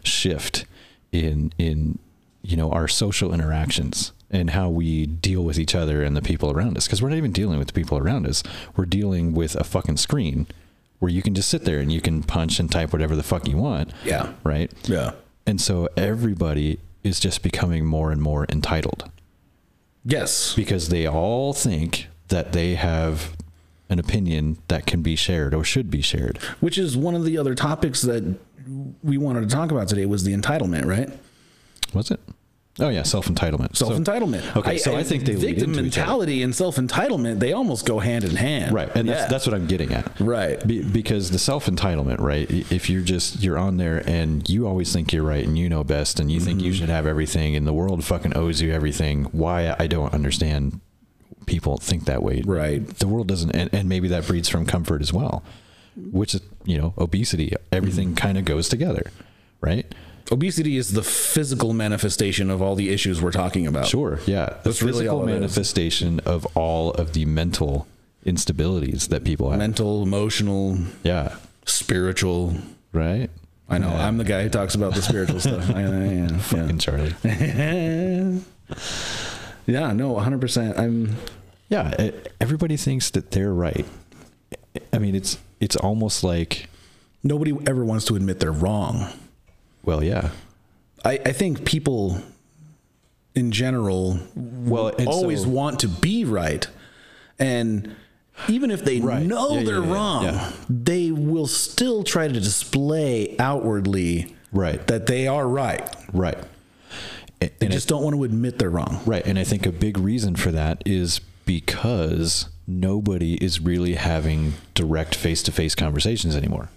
Speaker 1: shift in in you know our social interactions and how we deal with each other and the people around us. Because we're not even dealing with the people around us. We're dealing with a fucking screen where you can just sit there and you can punch and type whatever the fuck you want.
Speaker 2: Yeah.
Speaker 1: Right.
Speaker 2: Yeah.
Speaker 1: And so everybody is just becoming more and more entitled
Speaker 2: Yes.
Speaker 1: because they all think that they have an opinion that can be shared or should be shared.
Speaker 2: which is one of the other topics that we wanted to talk about today was the entitlement, right?
Speaker 1: Was it? Oh yeah, self entitlement.
Speaker 2: Self entitlement.
Speaker 1: okay, so I think they lead
Speaker 2: victim
Speaker 1: into each other.
Speaker 2: mentality and self entitlement. They almost go hand in hand.
Speaker 1: right, and that's
Speaker 2: Yeah.
Speaker 1: that's what I'm getting at.
Speaker 2: Right.
Speaker 1: Be, because the self entitlement, right? i- If you're just you're on there and you always think you're right and you know best and you think
Speaker 2: Mm-hmm.
Speaker 1: you should have everything and the world fucking owes you everything. Why I don't understand people think that way.
Speaker 2: Right.
Speaker 1: The world doesn't, and, and maybe that breeds from comfort as well, which is you know obesity. Everything
Speaker 2: Mm-hmm.
Speaker 1: kind of goes together, right?
Speaker 2: Obesity is the physical manifestation of all the issues we're talking about.
Speaker 1: Sure. Yeah. The
Speaker 2: That's really
Speaker 1: physical
Speaker 2: all it is.
Speaker 1: manifestation of all of the mental instabilities that people have.
Speaker 2: Mental, emotional,
Speaker 1: yeah.
Speaker 2: spiritual.
Speaker 1: Right.
Speaker 2: I know. I'm the guy who talks about the spiritual stuff. I, I,
Speaker 1: And Charlie.
Speaker 2: yeah. yeah. No. 100. percent I'm.
Speaker 1: Yeah, e- everybody thinks that they're right. I mean, it's it's almost like,
Speaker 2: Nobody ever wants to admit they're wrong.
Speaker 1: well, yeah.
Speaker 2: I, I think people in general
Speaker 1: Well, and
Speaker 2: always
Speaker 1: so-
Speaker 2: want to be right. And even if they
Speaker 1: Right.
Speaker 2: know
Speaker 1: Yeah, yeah,
Speaker 2: they're
Speaker 1: yeah,
Speaker 2: wrong,
Speaker 1: yeah.
Speaker 2: they will still try to display outwardly
Speaker 1: Right.
Speaker 2: that they are right.
Speaker 1: right, A-
Speaker 2: They
Speaker 1: and I-
Speaker 2: just don't want to admit they're wrong.
Speaker 1: right, and I think a big reason for that is because nobody is really having direct face-to-face conversations anymore.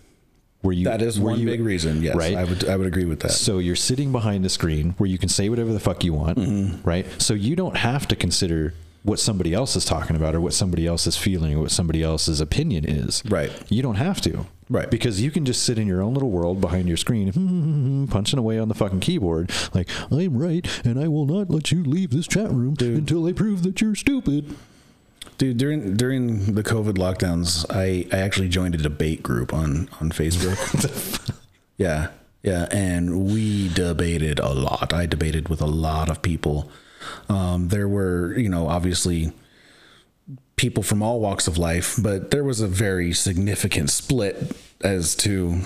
Speaker 1: Where you
Speaker 2: That is
Speaker 1: where
Speaker 2: one
Speaker 1: you-
Speaker 2: big reason. Yes,
Speaker 1: right?
Speaker 2: I would I would agree with that.
Speaker 1: So you're sitting behind a screen where you can say whatever the fuck you want,
Speaker 2: Mm-hmm.
Speaker 1: right? So you don't have to consider what somebody else is talking about or what somebody else is feeling or what somebody else's opinion is.
Speaker 2: Right.
Speaker 1: You don't have to.
Speaker 2: Right.
Speaker 1: Because you can just sit in your own little world behind your screen, punching away on the fucking keyboard, like, I'm right and I will not let you leave this chat room until I prove that you're stupid.
Speaker 2: Dude, during during the COVID lockdowns, I I actually joined a debate group on on Facebook. yeah. Yeah, and we debated a lot. I debated with a lot of people. Um there were, you know, obviously people from all walks of life, but there was a very significant split as to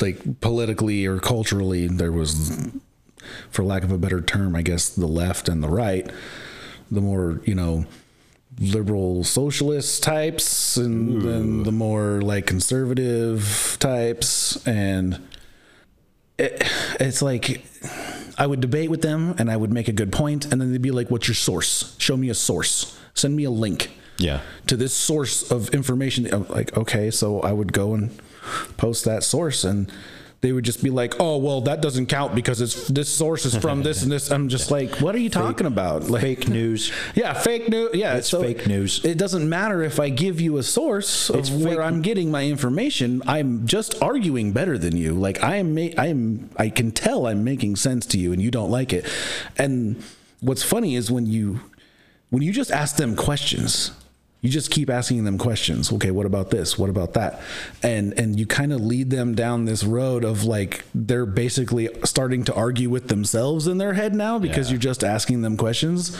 Speaker 2: like politically or culturally there was for lack of a better term, I guess the left and the right, the more, you know, liberal socialist types and then the more like conservative types and it, it's like I would debate with them and I would make a good point and then they'd be like what's your source? Show me a source. Send me a link
Speaker 1: Yeah.
Speaker 2: to this source of information. I'm like, okay, so I would go and post that source and they would just be like, oh, well, that doesn't count because it's this source is from this and this. I'm just like, what are you talking about? Like,
Speaker 1: Fake news.
Speaker 2: yeah, fake news. Yeah,
Speaker 1: It's fake news.
Speaker 2: It doesn't matter if I give you a source of where
Speaker 1: fake-
Speaker 2: I'm getting my information. I'm just arguing better than you. Like I am, ma- I am, I can tell I'm making sense to you, and you don't like it. And what's funny is when you, when you just ask them questions, you just keep asking them questions. Okay, what about this? What about that? And and you kind of lead them down this road of like they're basically starting to argue with themselves in their head now because
Speaker 1: Yeah.
Speaker 2: you're just asking them questions.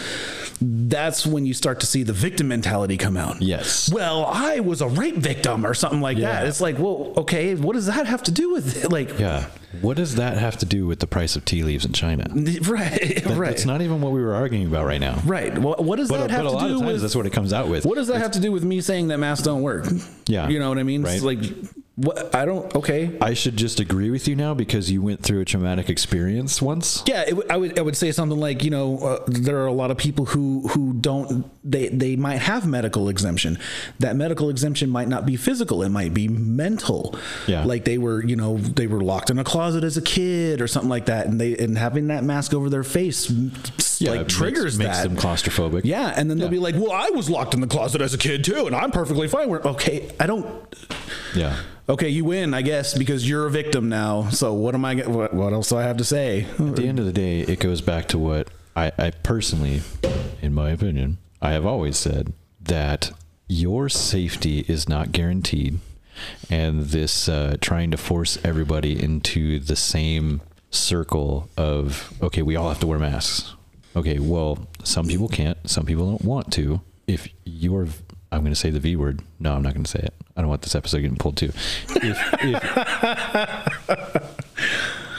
Speaker 2: That's when you start to see the victim mentality come out.
Speaker 1: Yes.
Speaker 2: Well, I was a rape victim or something like that.
Speaker 1: Yeah.
Speaker 2: It's like, well, okay, what does that have to do with it? Like,
Speaker 1: Yeah. What does that have to do with the price of tea leaves in China?
Speaker 2: right, right,
Speaker 1: That's not even what we were arguing about right now.
Speaker 2: right. Well, what does
Speaker 1: But,
Speaker 2: that have
Speaker 1: but a
Speaker 2: to
Speaker 1: lot
Speaker 2: do
Speaker 1: of times
Speaker 2: with
Speaker 1: that's what it comes out with.
Speaker 2: What does that have to do with me saying that masks don't work?
Speaker 1: Yeah.
Speaker 2: You know what I mean? It's
Speaker 1: Right.
Speaker 2: like what I don't okay.
Speaker 1: I should just agree with you now because you went through a traumatic experience once.
Speaker 2: Yeah, it would- I would I would say something like, you know, uh, there are a lot of people who who don't they they might have medical exemption. That medical exemption might not be physical, it might be mental.
Speaker 1: Yeah.
Speaker 2: Like they were, you know, they were locked in a closet as a kid or something like that and they and having that mask over their face
Speaker 1: Yeah, it
Speaker 2: like
Speaker 1: makes-
Speaker 2: triggers
Speaker 1: makes
Speaker 2: that.
Speaker 1: them claustrophobic.
Speaker 2: Yeah, and then they'll be like, "Well, I was locked in the closet as a kid too, and I'm perfectly fine." We're okay. I don't
Speaker 1: Yeah.
Speaker 2: Okay, you win, I guess, because you're a victim now. So what am I? get- What, what else do I have to say?
Speaker 1: At the end of the day, it goes back to what I, I personally, in my opinion, I have always said that your safety is not guaranteed, and this uh, trying to force everybody into the same circle of okay, we all have to wear masks. Okay, well, some people can't, some people don't want to. If you're, I'm going to say the V word. No, I'm not going to say it. I don't want this episode getting pulled too. If, if,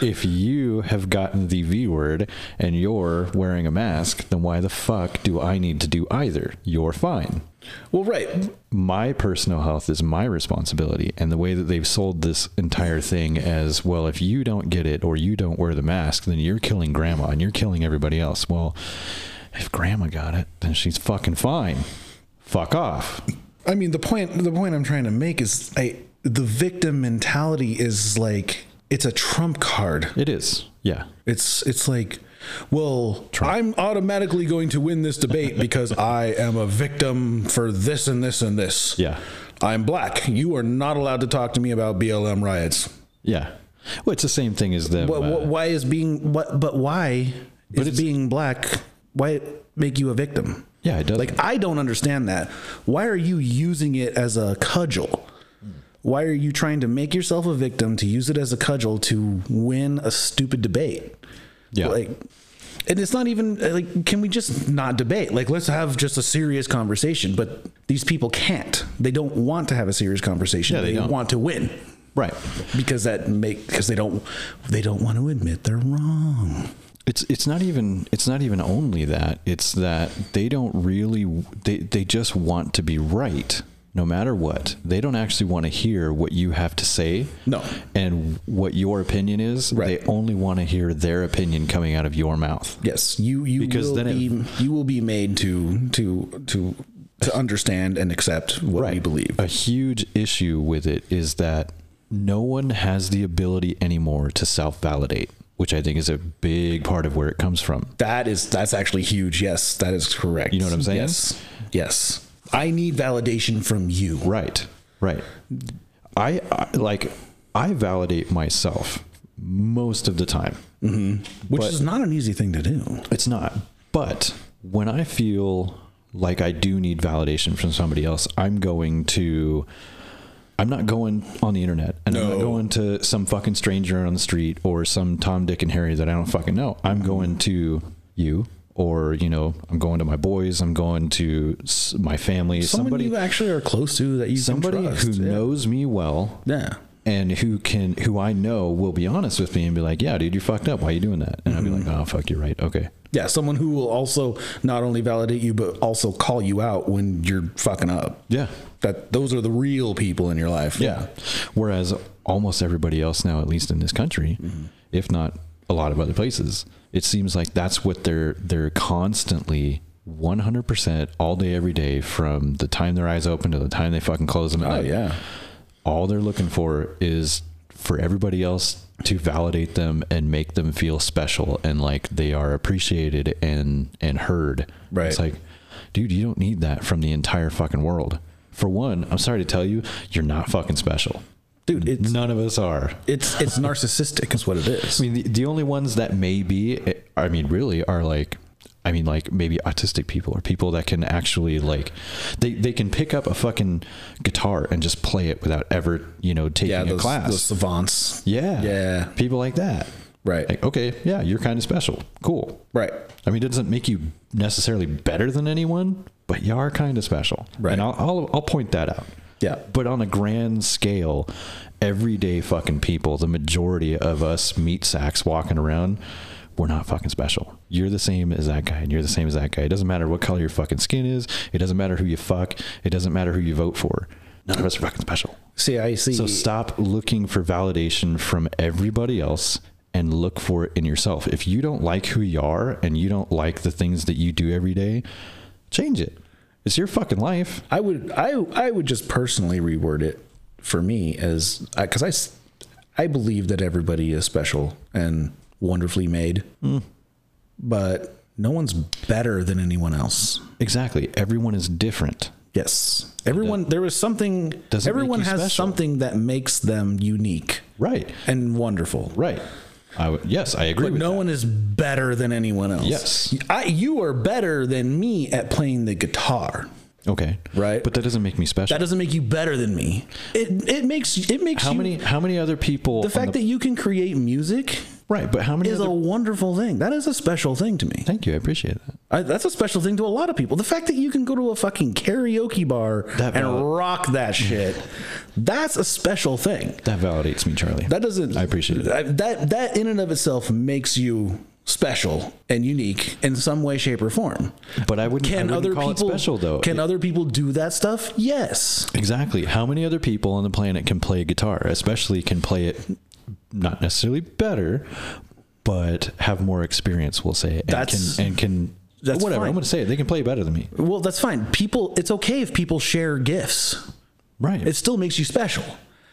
Speaker 1: if you have gotten the V word and you're wearing a mask, then why the fuck do I need to do either? You're fine.
Speaker 2: Well, right.
Speaker 1: My personal health is my responsibility. And the way that they've sold this entire thing as well, if you don't get it or you don't wear the mask, then you're killing grandma and you're killing everybody else. Well, if grandma got it, then she's fucking fine. Fuck off.
Speaker 2: I mean, the point the point I'm trying to make is I the victim mentality is like it's a trump card.
Speaker 1: It is. Yeah.
Speaker 2: It's it's like well, I'm automatically going to win this debate because I am a victim for this and this and this.
Speaker 1: Yeah.
Speaker 2: I'm black. You are not allowed to talk to me about BLM riots.
Speaker 1: Yeah. Well, it's the same thing as them.
Speaker 2: But,
Speaker 1: uh,
Speaker 2: why is being what? But why
Speaker 1: But
Speaker 2: is
Speaker 1: it's-
Speaker 2: being black? Why make you a victim?
Speaker 1: yeah, it does.
Speaker 2: Like I don't understand that. Why are you using it as a cudgel? Why are you trying to make yourself a victim to use it as a cudgel to win a stupid debate?
Speaker 1: Yeah.
Speaker 2: Like and it's not even like can we just not debate? Like let's have just a serious conversation, but these people can't. They don't want to have a serious conversation.
Speaker 1: Yeah, they don't.
Speaker 2: want to win
Speaker 1: right.
Speaker 2: because that make because they don't they don't want to admit they're wrong.
Speaker 1: It's it's not even it's not even only that. It's that they don't really they they just want to be right no matter what. They don't actually want to hear what you have to say.
Speaker 2: No.
Speaker 1: And what your opinion is.
Speaker 2: Right.
Speaker 1: They only want to hear their opinion coming out of your mouth.
Speaker 2: Yes, you you
Speaker 1: Because
Speaker 2: will
Speaker 1: then it-
Speaker 2: be you will be made to to to to understand and accept what we believe.
Speaker 1: A huge issue with it is that no one has the ability anymore to self validate, which I think is a big part of where it comes from.
Speaker 2: That is that's actually huge. Yes, that is correct. You
Speaker 1: know what I'm saying?
Speaker 2: Yes, yes. I need validation from you.
Speaker 1: Right, right. I, I like, I validate myself most of the time.
Speaker 2: Which is not an easy thing to do.
Speaker 1: It's not. But when I feel like I do need validation from somebody else, I'm going to. I'm not going on the internet and I'm not
Speaker 2: No.
Speaker 1: going to some fucking stranger on the street or some Tom, Dick, and Harry that I don't fucking know. I'm going to you or, you know, I'm going to my boys. I'm going to s- my family,
Speaker 2: Somebody
Speaker 1: somebody,
Speaker 2: you actually are close to that you
Speaker 1: somebody
Speaker 2: can trust.
Speaker 1: who
Speaker 2: yeah.
Speaker 1: knows me well
Speaker 2: Yeah.
Speaker 1: and who can who I know will be honest with me and be like, yeah, dude, you're fucked up. Why are you doing that? And I'll be
Speaker 2: Mm-hmm.
Speaker 1: like, oh, fuck, you're right. Okay.
Speaker 2: Yeah, someone who will also not only validate you but also call you out when you're fucking up.
Speaker 1: Yeah.
Speaker 2: That those are the real people in your life.
Speaker 1: Yeah. Whereas almost everybody else now, at least in this country,
Speaker 2: Mm-hmm.
Speaker 1: if not a lot of other places, it seems like that's what they're they're constantly 100% all day every day from the time their eyes open to the time they fucking close them. at
Speaker 2: Oh
Speaker 1: night.
Speaker 2: yeah.
Speaker 1: All they're looking for is for everybody else to validate them and make them feel special and like they are appreciated and and heard.
Speaker 2: Right.
Speaker 1: It's like, dude, you don't need that from the entire fucking world. For one, I'm sorry to tell you, you're not fucking special.
Speaker 2: Dude, it's
Speaker 1: None of us are.
Speaker 2: it's it's narcissistic is what it is.
Speaker 1: I mean, the, the only ones that may be, I mean, really are like, I mean, like maybe autistic people or people that can actually like, they, they can pick up a fucking guitar and just play it without ever, you know, taking
Speaker 2: yeah,
Speaker 1: a
Speaker 2: those,
Speaker 1: class.
Speaker 2: those savants.
Speaker 1: yeah.
Speaker 2: Yeah.
Speaker 1: People like that.
Speaker 2: Right.
Speaker 1: Like, okay, yeah, you're kind of special. Cool.
Speaker 2: right.
Speaker 1: I mean, it doesn't make you necessarily better than anyone, but you are kind of special.
Speaker 2: Right.
Speaker 1: And I'll, I'll, I'll point that out.
Speaker 2: Yeah.
Speaker 1: But on a grand scale, everyday fucking people, the majority of us meat sacks walking around, we're not fucking special. You're the same as that guy, and you're the same as that guy. It doesn't matter what color your fucking skin is. It doesn't matter who you fuck. It doesn't matter who you vote for. None of us are fucking special.
Speaker 2: See, I see.
Speaker 1: So stop looking for validation from everybody else and look for it in yourself. If you don't like who you are and you don't like the things that you do every day, change it. It's your fucking life.
Speaker 2: I would I I would just personally reword it for me as because I, s- I believe that everybody is special and wonderfully made,
Speaker 1: Hmm.
Speaker 2: but no one's better than anyone else.
Speaker 1: Exactly. Everyone is different.
Speaker 2: Yes, everyone. There is something.
Speaker 1: Doesn't make
Speaker 2: everyone
Speaker 1: you
Speaker 2: has
Speaker 1: special.
Speaker 2: something that makes them unique
Speaker 1: Right.
Speaker 2: and wonderful.
Speaker 1: Right. I w- yes, I agree
Speaker 2: But
Speaker 1: with
Speaker 2: no one is better than anyone else.
Speaker 1: Yes.
Speaker 2: I, you are better than me at playing the guitar.
Speaker 1: that. Okay.
Speaker 2: Right.
Speaker 1: But that doesn't make me special.
Speaker 2: That doesn't make you better than me. It it makes it makes
Speaker 1: how
Speaker 2: you
Speaker 1: many how many other people
Speaker 2: the fact that you can create music
Speaker 1: Right, but how many?
Speaker 2: is
Speaker 1: other-
Speaker 2: a wonderful thing. That is a special thing to me.
Speaker 1: Thank you, I appreciate that.
Speaker 2: I, that's a special thing to a lot of people. The fact that you can go to a fucking karaoke bar
Speaker 1: That
Speaker 2: and
Speaker 1: valid-
Speaker 2: rock that shit, that's a special thing.
Speaker 1: That validates me, Charlie.
Speaker 2: That doesn't.
Speaker 1: I appreciate it.
Speaker 2: I- that. That in and of itself makes you special and unique in some way, shape, or form.
Speaker 1: But I wouldn't.
Speaker 2: Can
Speaker 1: I wouldn't
Speaker 2: other
Speaker 1: call
Speaker 2: people
Speaker 1: it special though?
Speaker 2: Can other people do that stuff? Yes.
Speaker 1: Exactly. How many other people on the planet can play guitar, especially can play it not necessarily better, but have more experience, we'll say. And
Speaker 2: That's-
Speaker 1: can and can
Speaker 2: that's
Speaker 1: whatever.
Speaker 2: fine.
Speaker 1: I'm gonna say it. They can play better than me.
Speaker 2: Well, that's fine. People, it's okay if people share gifts.
Speaker 1: Right.
Speaker 2: It still makes you special.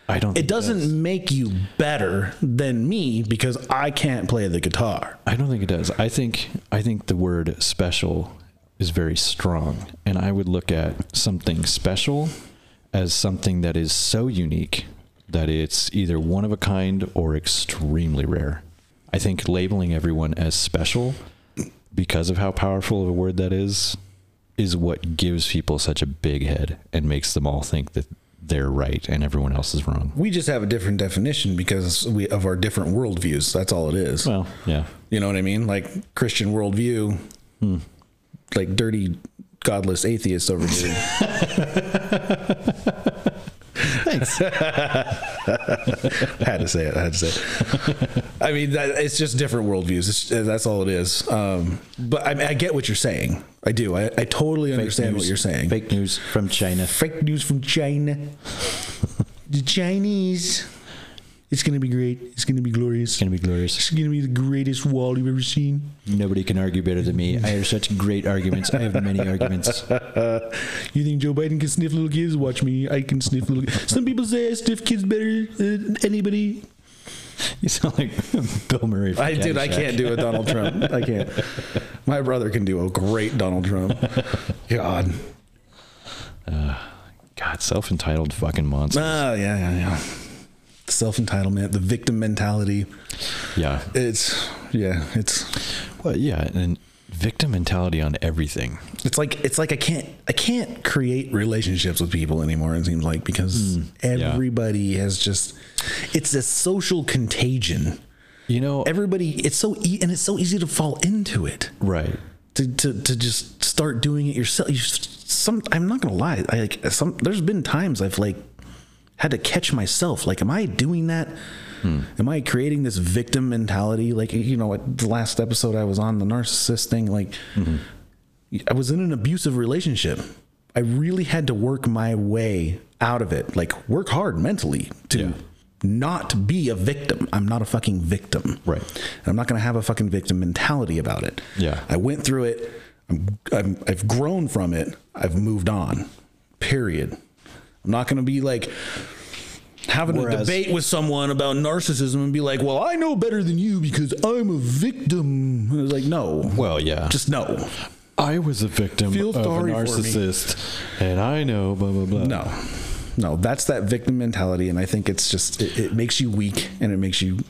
Speaker 1: I don't
Speaker 2: It
Speaker 1: think
Speaker 2: doesn't
Speaker 1: does.
Speaker 2: make you better than me because I can't play the guitar.
Speaker 1: I don't think it does. I think I think the word special is very strong. And I would look at something special as something that is so unique that it's either one of a kind or extremely rare. I think labeling everyone as special because of how powerful of a word that is is what gives people such a big head and makes them all think that they're right and everyone else is wrong.
Speaker 2: We just have a different definition because we of our different worldviews. That's all it is.
Speaker 1: Well, yeah.
Speaker 2: You know what I mean? Like Christian worldview,
Speaker 1: Hmm.
Speaker 2: like dirty, godless atheists over here.
Speaker 1: Thanks.
Speaker 2: I had to say it. I had to say it. I mean, that, it's just different worldviews. It's, uh, that's all it is. Um, but I, mean, I get what you're saying. I do. I, I totally understand what you're saying.
Speaker 1: Fake news from China.
Speaker 2: fake news from China. the Chinese. It's gonna be great. It's gonna be glorious.
Speaker 1: It's going to be glorious.
Speaker 2: It's gonna be the greatest wall you've ever seen.
Speaker 1: Nobody can argue better than me. I have such great arguments. I have many arguments.
Speaker 2: You think Joe Biden can sniff little kids? Watch me. I can sniff little. Some people say I sniff kids better than anybody.
Speaker 1: You sound like Bill Murray. from
Speaker 2: I dude, I
Speaker 1: Caddyshack.
Speaker 2: can't do a Donald Trump. I can't. My brother can do a great Donald Trump. God.
Speaker 1: God, self entitled fucking monster.
Speaker 2: Ah, yeah, yeah, yeah. The self entitlement, the victim mentality.
Speaker 1: Yeah.
Speaker 2: It's yeah, it's
Speaker 1: Well, yeah, and victim mentality on everything.
Speaker 2: it's like it's like I can't I can't create relationships with people anymore. It seems like because
Speaker 1: yeah.
Speaker 2: everybody has just it's a social contagion.
Speaker 1: You know,
Speaker 2: Everybody, it's so e- and it's so easy to fall into it.
Speaker 1: right.
Speaker 2: to, to, to just start doing it yourself. You, s- some I'm not gonna lie. I like some. There's been times I've like had to catch myself. Like, am I doing that?
Speaker 1: Hmm.
Speaker 2: Am I creating this victim mentality? Like, you know, at the last episode I was on the narcissist thing. Like,
Speaker 1: Mm-hmm.
Speaker 2: I was in an abusive relationship. I really had to work my way out of it. Like, work hard mentally to.
Speaker 1: Yeah.
Speaker 2: Not be a victim. I'm not a fucking victim.
Speaker 1: Right.
Speaker 2: And I'm not going to have a fucking victim mentality about it.
Speaker 1: Yeah.
Speaker 2: I went through it. I'm, I'm, I've grown from it. I've moved on. Period. I'm not going to be like having a
Speaker 1: Whereas-
Speaker 2: debate with someone about narcissism and be like, well, I know better than you because I'm a victim. And it's like, no.
Speaker 1: Well, yeah.
Speaker 2: Just no.
Speaker 1: I was a victim
Speaker 2: Feel
Speaker 1: of a
Speaker 2: sorry for me.
Speaker 1: narcissist, and I know blah blah blah.
Speaker 2: No. No, that's that victim mentality. And I think it's just, it, it makes you weak and it makes you, it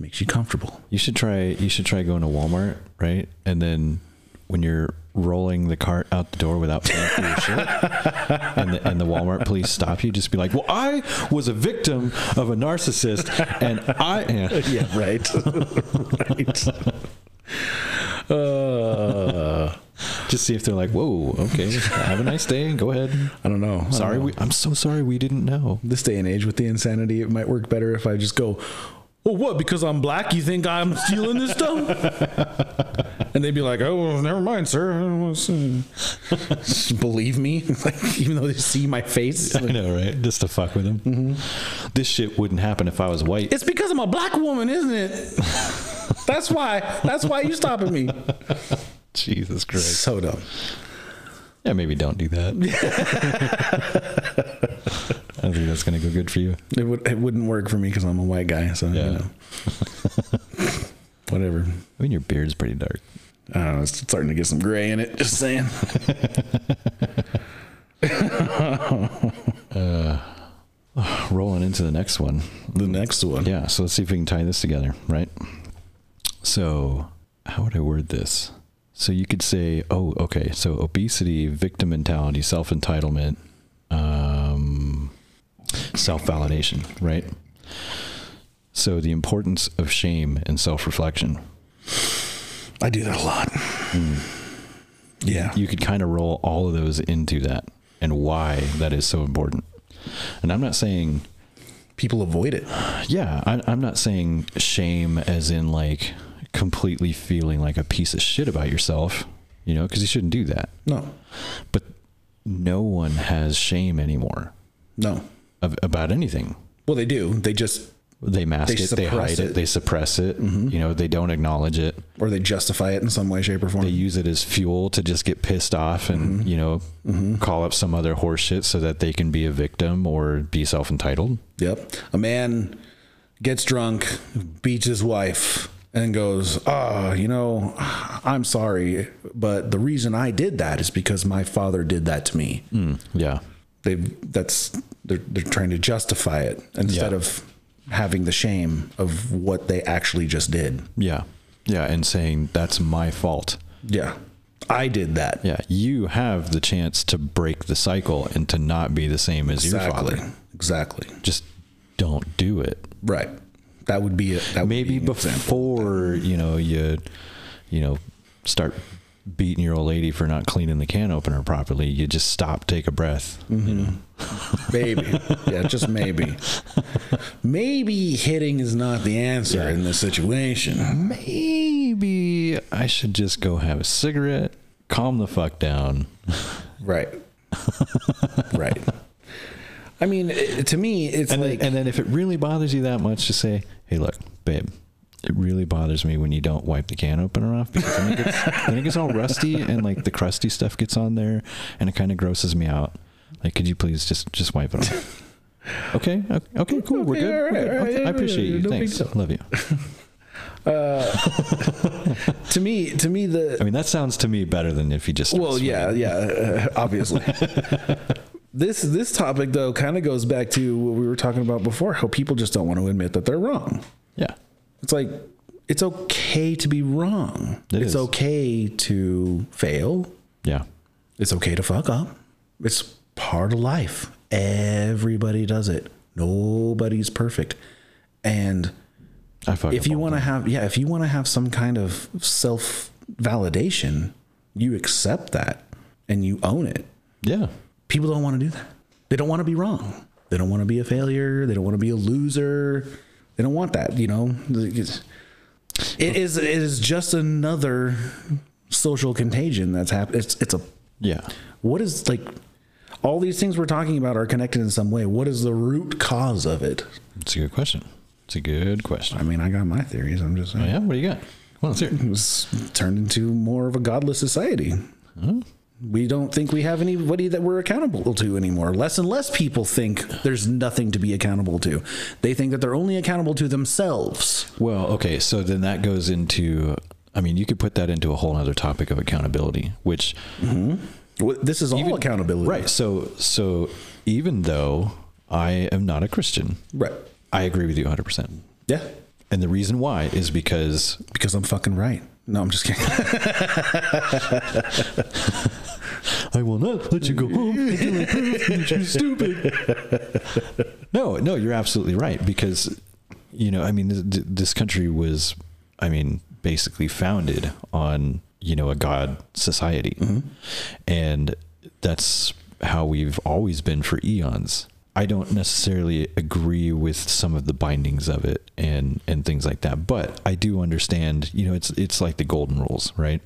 Speaker 2: makes you comfortable.
Speaker 1: You should try. You should try going to Walmart, right? And then when you're rolling the cart out the door without paying for your shit, and the, and the Walmart police stop you, just be like, "Well, I was a victim of a narcissist, and I am."
Speaker 2: Yeah, right. right. Uh,
Speaker 1: Just see if they're like, "Whoa, okay, have a nice day, go ahead."
Speaker 2: I don't know. I don't
Speaker 1: Sorry,
Speaker 2: know.
Speaker 1: we, I'm so sorry we didn't know.
Speaker 2: this day and age with the insanity, it might work better if I just go, "Well, what? Because I'm black, you think I'm stealing this stuff?" and they'd be like, "Oh, well, never mind, sir." I don't wanna see." Believe me, like, even though they see my face,
Speaker 1: I know, right? Just to fuck with them. Mm-hmm. This shit wouldn't happen if I was white.
Speaker 2: it's because I'm a black woman, isn't it? That's why. That's why you stopping me.
Speaker 1: Jesus Christ.
Speaker 2: So dumb.
Speaker 1: Yeah, maybe don't do that. I don't think that's gonna go good for you.
Speaker 2: It would. It wouldn't work for me because I'm a white guy. So
Speaker 1: Yeah.
Speaker 2: you know, whatever.
Speaker 1: I mean, your beard's pretty dark.
Speaker 2: I don't know. It's starting to get some gray in it. Just saying.
Speaker 1: Rolling into the next one.
Speaker 2: The next one.
Speaker 1: Yeah, so let's see if we can tie this together, right? So, how would I word this? So you could say, oh, okay, so obesity, victim mentality, self entitlement, um, self validation, right? So the importance of shame and self-reflection.
Speaker 2: I do that a lot. Hmm. Yeah.
Speaker 1: You could kind of roll all of those into that and why that is so important. And I'm not saying
Speaker 2: People avoid it.
Speaker 1: yeah, I, I'm not saying shame as in like completely feeling like a piece of shit about yourself, you know, because you shouldn't do that.
Speaker 2: No.
Speaker 1: But no one has shame anymore
Speaker 2: No.
Speaker 1: of, about anything.
Speaker 2: Well, they do. They just
Speaker 1: They mask
Speaker 2: They
Speaker 1: it, they
Speaker 2: suppress
Speaker 1: hide it,
Speaker 2: it. Mm-hmm.
Speaker 1: they suppress it. You know, they don't acknowledge it.
Speaker 2: or they justify it in some way, shape, or form.
Speaker 1: They use it as fuel to just get pissed off and
Speaker 2: Mm-hmm.
Speaker 1: you know call up some other horseshit so that they can be a victim or be self entitled.
Speaker 2: Yep. A man gets drunk, beats his wife, and goes, Ah, you know, I'm sorry, but the reason I did that is because my father did that to me.
Speaker 1: Hmm. Yeah,
Speaker 2: They've that's they're they're trying to justify it instead
Speaker 1: Yeah.
Speaker 2: of having the shame of what they actually just did.
Speaker 1: yeah, yeah, and saying that's my fault.
Speaker 2: Yeah. I did that.
Speaker 1: Yeah, you have the chance to break the cycle and to not be the same as your
Speaker 2: Exactly.
Speaker 1: father.
Speaker 2: Exactly.
Speaker 1: Just don't do it.
Speaker 2: Right. That would be it. That would
Speaker 1: Maybe
Speaker 2: be an example.
Speaker 1: before you know you, you know, start beating your old lady for not cleaning the can opener properly. You just stop, take a breath.
Speaker 2: Maybe. Yeah, just maybe. Maybe hitting is not the answer in this
Speaker 1: Mm-hmm.
Speaker 2: situation.
Speaker 1: Maybe I should just go have a cigarette, calm the fuck down.
Speaker 2: Right. right. I mean, it, to me, it's
Speaker 1: And
Speaker 2: like,
Speaker 1: then, and then if it really bothers you that much, just say, "Hey, look, babe." It really bothers me when you don't wipe the can opener off because then it gets, then it gets all rusty and like the crusty stuff gets on there and it kind of grosses me out. Like, could you please just just wipe it off? Okay, okay, okay, cool. We're
Speaker 2: Okay,
Speaker 1: good. We're
Speaker 2: all right,
Speaker 1: good.
Speaker 2: all right,
Speaker 1: Okay, I
Speaker 2: yeah,
Speaker 1: appreciate
Speaker 2: yeah,
Speaker 1: you.
Speaker 2: no big
Speaker 1: Thanks.
Speaker 2: deal.
Speaker 1: Love you.
Speaker 2: to me, to me, the,
Speaker 1: I mean, that sounds to me better than if you just start
Speaker 2: well, yeah, yeah, uh, obviously. this, this topic though, kind of goes back to what we were talking about before, how people just don't want to admit that they're wrong.
Speaker 1: sweating.
Speaker 2: It's like it's okay to be wrong.
Speaker 1: It
Speaker 2: it's
Speaker 1: is.
Speaker 2: okay to fail.
Speaker 1: yeah,
Speaker 2: It's okay to fuck up. It's part of life. Everybody does it. Nobody's perfect. And
Speaker 1: yeah. I fuck
Speaker 2: if
Speaker 1: up
Speaker 2: you
Speaker 1: all
Speaker 2: want to have yeah, if you want to have some kind of self-validation, you accept that and you own it.
Speaker 1: the- yeah,
Speaker 2: People don't want to do that. They don't want to be wrong. They don't want to be a failure. They don't want to be a loser. They don't want that, you know. It's- It is it is just another social contagion that's happening. It's it's a
Speaker 1: yeah.
Speaker 2: what is like all these things we're talking about are connected in some way. What is the root cause of it?
Speaker 1: It's a good question. It's a good question.
Speaker 2: I mean, I got my theories. I'm just saying.
Speaker 1: Oh, Yeah, what do you got? Well, let's hear it.
Speaker 2: It was turned into more of a godless society.
Speaker 1: Hmm?
Speaker 2: We don't think we have anybody that we're accountable to anymore. Less and less people think there's nothing to be accountable to. They think that they're only accountable to themselves.
Speaker 1: Well, okay, so then that goes into I mean, you could put that into a whole other topic of accountability, which
Speaker 2: Wh- This is all accountability,
Speaker 1: right. So so even though I am not a Christian,
Speaker 2: Right.
Speaker 1: I agree with you 100%.
Speaker 2: Yeah,
Speaker 1: And the reason why is because
Speaker 2: because I'm fucking right. No, I'm just kidding.
Speaker 1: I will not let you go home until I prove that you're stupid. No, no, you're absolutely right because you know, I mean, th- th- this country was, I mean, basically founded on you know a god society, and that's how we've always been for eons. I don't necessarily agree with some of the bindings of it and and things like that, but I do understand. You know, it's it's like the golden rules, right?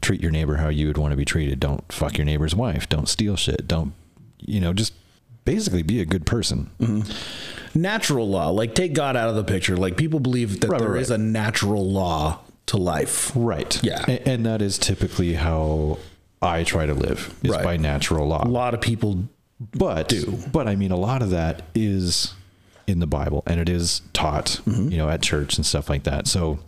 Speaker 1: Treat your neighbor how you would want to be treated. Don't fuck your neighbor's wife. Don't steal shit. Don't you know? Just basically be a good person.
Speaker 2: natural law, like take God out of the picture. Like people believe that there
Speaker 1: Right,
Speaker 2: is
Speaker 1: right, right.
Speaker 2: a natural law to life.
Speaker 1: Right.
Speaker 2: Yeah.
Speaker 1: A- And, that is typically how I try to live is
Speaker 2: Right.
Speaker 1: by natural law.
Speaker 2: A lot of people
Speaker 1: But but I mean a lot of that is in the Bible and it is taught,
Speaker 2: Mm-hmm.
Speaker 1: you know, at church and stuff like that. So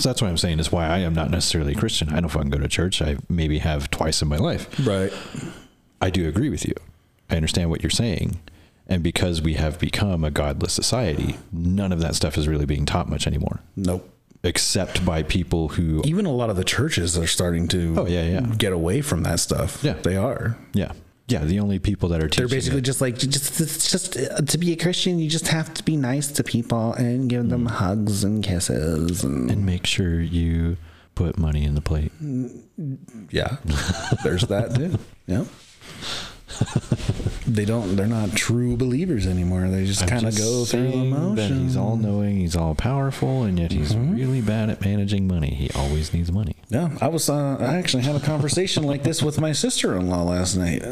Speaker 1: so that's what I'm saying is why I am not necessarily a Christian. I don't fucking go to church. I maybe have twice in my life.
Speaker 2: right
Speaker 1: I do agree with you. I understand what you're saying. And because we have become a godless society, none of that stuff is really being taught much anymore,
Speaker 2: Nope.
Speaker 1: except by people who
Speaker 2: Even a lot of the churches are starting to
Speaker 1: Oh, yeah, yeah.
Speaker 2: get away from that stuff.
Speaker 1: Yeah.
Speaker 2: They are.
Speaker 1: Yeah. Yeah, the only people that are teaching
Speaker 2: They're basically
Speaker 1: it.
Speaker 2: just like just it's just uh, to be a Christian, you just have to be nice to people and give
Speaker 1: Mm.
Speaker 2: them hugs and kisses and
Speaker 1: and make sure you put money in the plate.
Speaker 2: yeah. There's that too. Yeah. they don't. They're not true believers anymore. They just kind of go through the
Speaker 1: That
Speaker 2: motions.
Speaker 1: he's all knowing, he's all powerful, and yet he's
Speaker 2: Mm-hmm.
Speaker 1: really bad at managing money. He always needs money.
Speaker 2: Yeah, I was. Uh, I actually had a conversation like this with my sister-in-law last night.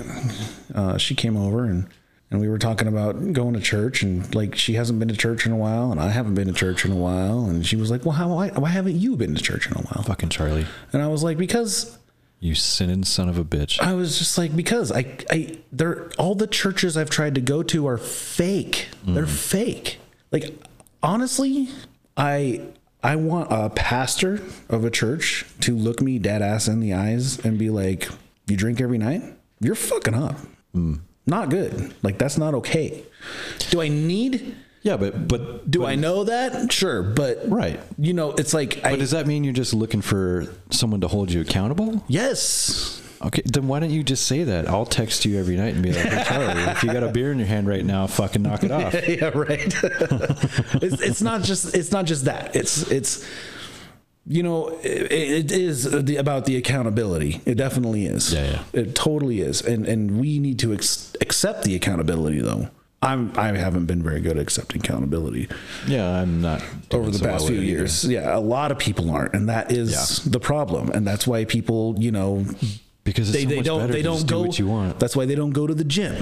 Speaker 2: Uh, she came over and and we were talking about going to church and like she hasn't been to church in a while and I haven't been to church in a while and she was like, "Well, how why, why haven't you been to church in a while?"
Speaker 1: Fucking Charlie,
Speaker 2: And I was like, "Because
Speaker 1: you sinning son of a bitch.
Speaker 2: I was just like because I I they're all the churches I've tried to go to are fake.
Speaker 1: Mm.
Speaker 2: They're fake. Like honestly, I I want a pastor of a church to look me dead ass in the eyes and be like, "You drink every night? You're fucking up.
Speaker 1: Mm.
Speaker 2: Not good. Like that's not okay." Do I need
Speaker 1: Yeah, but but
Speaker 2: do
Speaker 1: but,
Speaker 2: I know that? Sure, but
Speaker 1: Right.
Speaker 2: you know, it's like I
Speaker 1: But does that mean you're just looking for someone to hold you accountable?
Speaker 2: yes.
Speaker 1: Okay, then why don't you just say that? I'll text you every night and be like, hey, Charlie, if you got a beer in your hand right now, fucking knock it off.
Speaker 2: yeah, right. it's, it's not just it's not just that. It's it's you know it, it is the, about the accountability. It definitely is.
Speaker 1: Yeah,
Speaker 2: It totally is. And and we need to ex- accept the accountability though. I'm I haven't been very good at accepting accountability
Speaker 1: Yeah, I'm not doing
Speaker 2: over the
Speaker 1: so
Speaker 2: past
Speaker 1: well
Speaker 2: few
Speaker 1: with it either.
Speaker 2: years. Yeah, a lot of people aren't, and that is
Speaker 1: Yeah.
Speaker 2: the problem. And that's why people, you know,
Speaker 1: because it's
Speaker 2: they,
Speaker 1: so
Speaker 2: they
Speaker 1: much
Speaker 2: don't
Speaker 1: better
Speaker 2: they
Speaker 1: to
Speaker 2: don't
Speaker 1: just
Speaker 2: go
Speaker 1: do what you want.
Speaker 2: That's why they don't go to the gym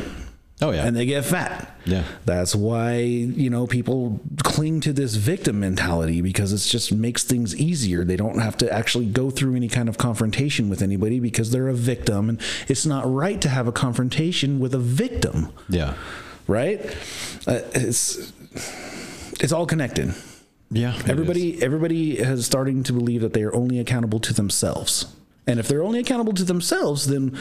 Speaker 1: Oh yeah,
Speaker 2: and they get fat.
Speaker 1: Yeah.
Speaker 2: That's why, you know, people cling to this victim mentality because it just makes things easier. They don't have to actually go through any kind of confrontation with anybody because they're a victim and it's not right to have a confrontation with a victim,
Speaker 1: yeah,
Speaker 2: right? Uh, it's it's all connected.
Speaker 1: yeah. it is.
Speaker 2: Everybody everybody has starting to believe that they are only accountable to themselves. And if they're only accountable to themselves, then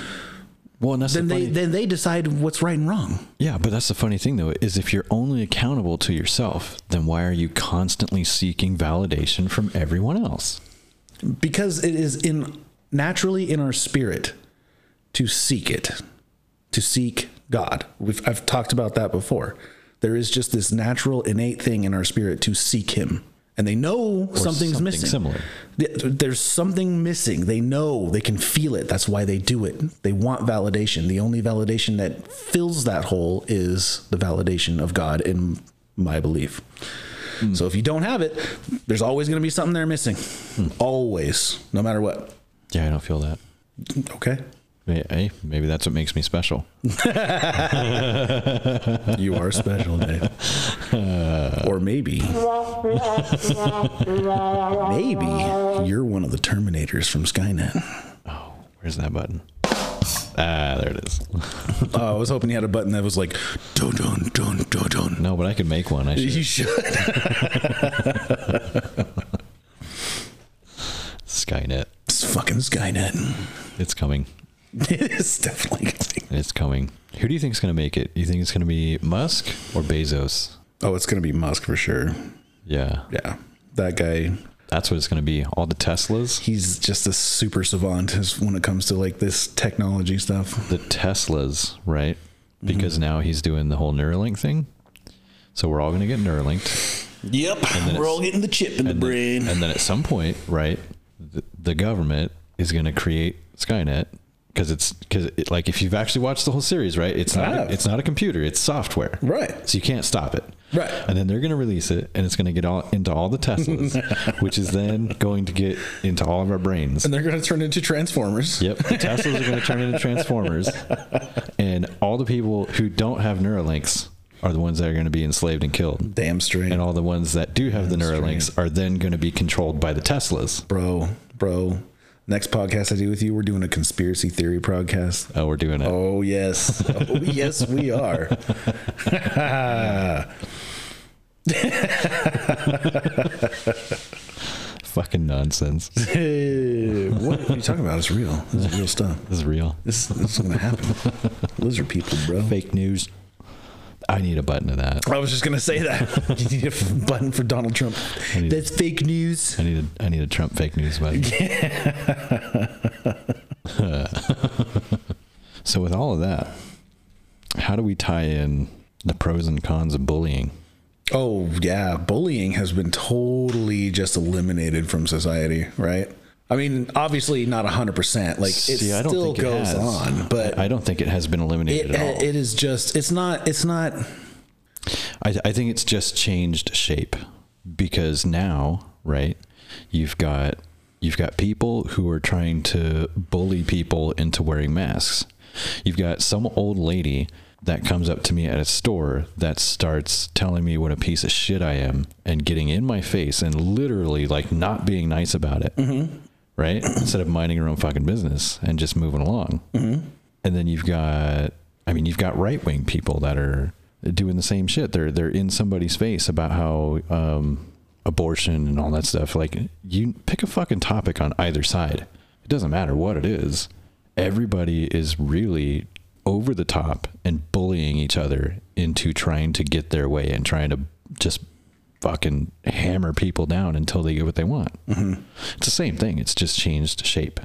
Speaker 1: Well, and that's
Speaker 2: then
Speaker 1: the
Speaker 2: they
Speaker 1: funny,
Speaker 2: then they decide what's right and wrong.
Speaker 1: yeah, but that's the funny thing though is if you're only accountable to yourself, then why are you constantly seeking validation from everyone else?
Speaker 2: because it is in naturally in our spirit to seek it to seek god We've, i've talked about that before there is just this natural innate thing in our spirit to seek him and they know something's
Speaker 1: something
Speaker 2: missing
Speaker 1: similar.
Speaker 2: Th- there's something missing they know they can feel it that's why they do it they want validation the only validation that fills that hole is the validation of god in my belief
Speaker 1: Hmm.
Speaker 2: so if you don't have it, there's always going to be something there missing.
Speaker 1: Hmm.
Speaker 2: Always, no matter what.
Speaker 1: Yeah, I don't feel that.
Speaker 2: Okay.
Speaker 1: May- Hey, maybe that's what makes me special.
Speaker 2: You are special, Dave. or maybe. maybe you're one of the Terminators from Skynet.
Speaker 1: Oh, where's that button? Ah, there it is.
Speaker 2: Oh, I was hoping you had a button that was like, dun dun dun dun dun.
Speaker 1: No, but I could make one. I should.
Speaker 2: You should.
Speaker 1: Skynet.
Speaker 2: It's fucking Skynet.
Speaker 1: It's coming.
Speaker 2: It is definitely.
Speaker 1: It's coming. Who do you think's going to make it? You think it's going to be Musk or Bezos?
Speaker 2: Oh, it's going to be Musk for sure.
Speaker 1: Yeah.
Speaker 2: Yeah. That guy,
Speaker 1: That's what it's going to be. All the Teslas.
Speaker 2: he's just a super savant as- when it comes to like this technology stuff.
Speaker 1: The Teslas, right? Because
Speaker 2: Mm-hmm.
Speaker 1: now he's doing the whole Neuralink thing. So we're all going to get Neuralinked.
Speaker 2: Yep. We're all getting the chip in the brain.
Speaker 1: And then at some point, right, the, the government is going to create Skynet because it's because it, like if you've actually watched the whole series, right? It's not
Speaker 2: have.
Speaker 1: it's not a computer, it's software.
Speaker 2: Right.
Speaker 1: So you can't stop it.
Speaker 2: Right.
Speaker 1: And then they're going to release it and it's going to get all into all the Teslas, which is then going to get into all of our brains.
Speaker 2: And they're going to turn into Transformers.
Speaker 1: Yep, the Teslas are going to turn into Transformers, and all the people who don't have Neuralinks are the ones that are going to be enslaved and killed,
Speaker 2: Damn straight.
Speaker 1: and all the ones that do have the Neuralinks are then going to be controlled by the Teslas.
Speaker 2: bro, bro. Next podcast I do with you, we're doing a conspiracy theory podcast.
Speaker 1: Oh, we're doing it.
Speaker 2: Oh, yes. Oh, yes, we are.
Speaker 1: Fucking nonsense. This
Speaker 2: Hey, what are you talking about? It's real. It's real stuff.
Speaker 1: is real.
Speaker 2: This, this is going to happen. Lizard people, bro.
Speaker 1: Fake news. I need a button to that.
Speaker 2: I was just going to say that. you need a f- button for Donald Trump.
Speaker 1: need-
Speaker 2: That's fake news.
Speaker 1: I need a I need a Trump fake news button. So with all of that, how do we tie in the pros and cons of bullying?
Speaker 2: Oh, yeah. Bullying has been totally just eliminated from society, right? I mean, obviously not 100%. Like, it
Speaker 1: See, I don't
Speaker 2: still
Speaker 1: think it
Speaker 2: goes
Speaker 1: has.
Speaker 2: on, but
Speaker 1: I don't think it has been eliminated
Speaker 2: it, uh,
Speaker 1: at all.
Speaker 2: it is just, it's not, it's not,
Speaker 1: I, I think it's just changed shape because now, right? You've got you've got people who are trying to bully people into wearing masks. You've got some old lady that comes up to me at a store that starts telling me what a piece of shit I am and getting in my face and literally like not being nice about it,
Speaker 2: Mm-hmm.
Speaker 1: right? Instead of minding her own fucking business and just moving along and then you've got i mean you've got right-wing people that are doing the same shit they're they're in somebody's face about how um abortion and all that stuff like you pick a fucking topic on either side it doesn't matter what it is everybody is really over the top and bullying each other into trying to get their way and trying to just fucking hammer people down until they get what they want it's the same thing it's just changed shape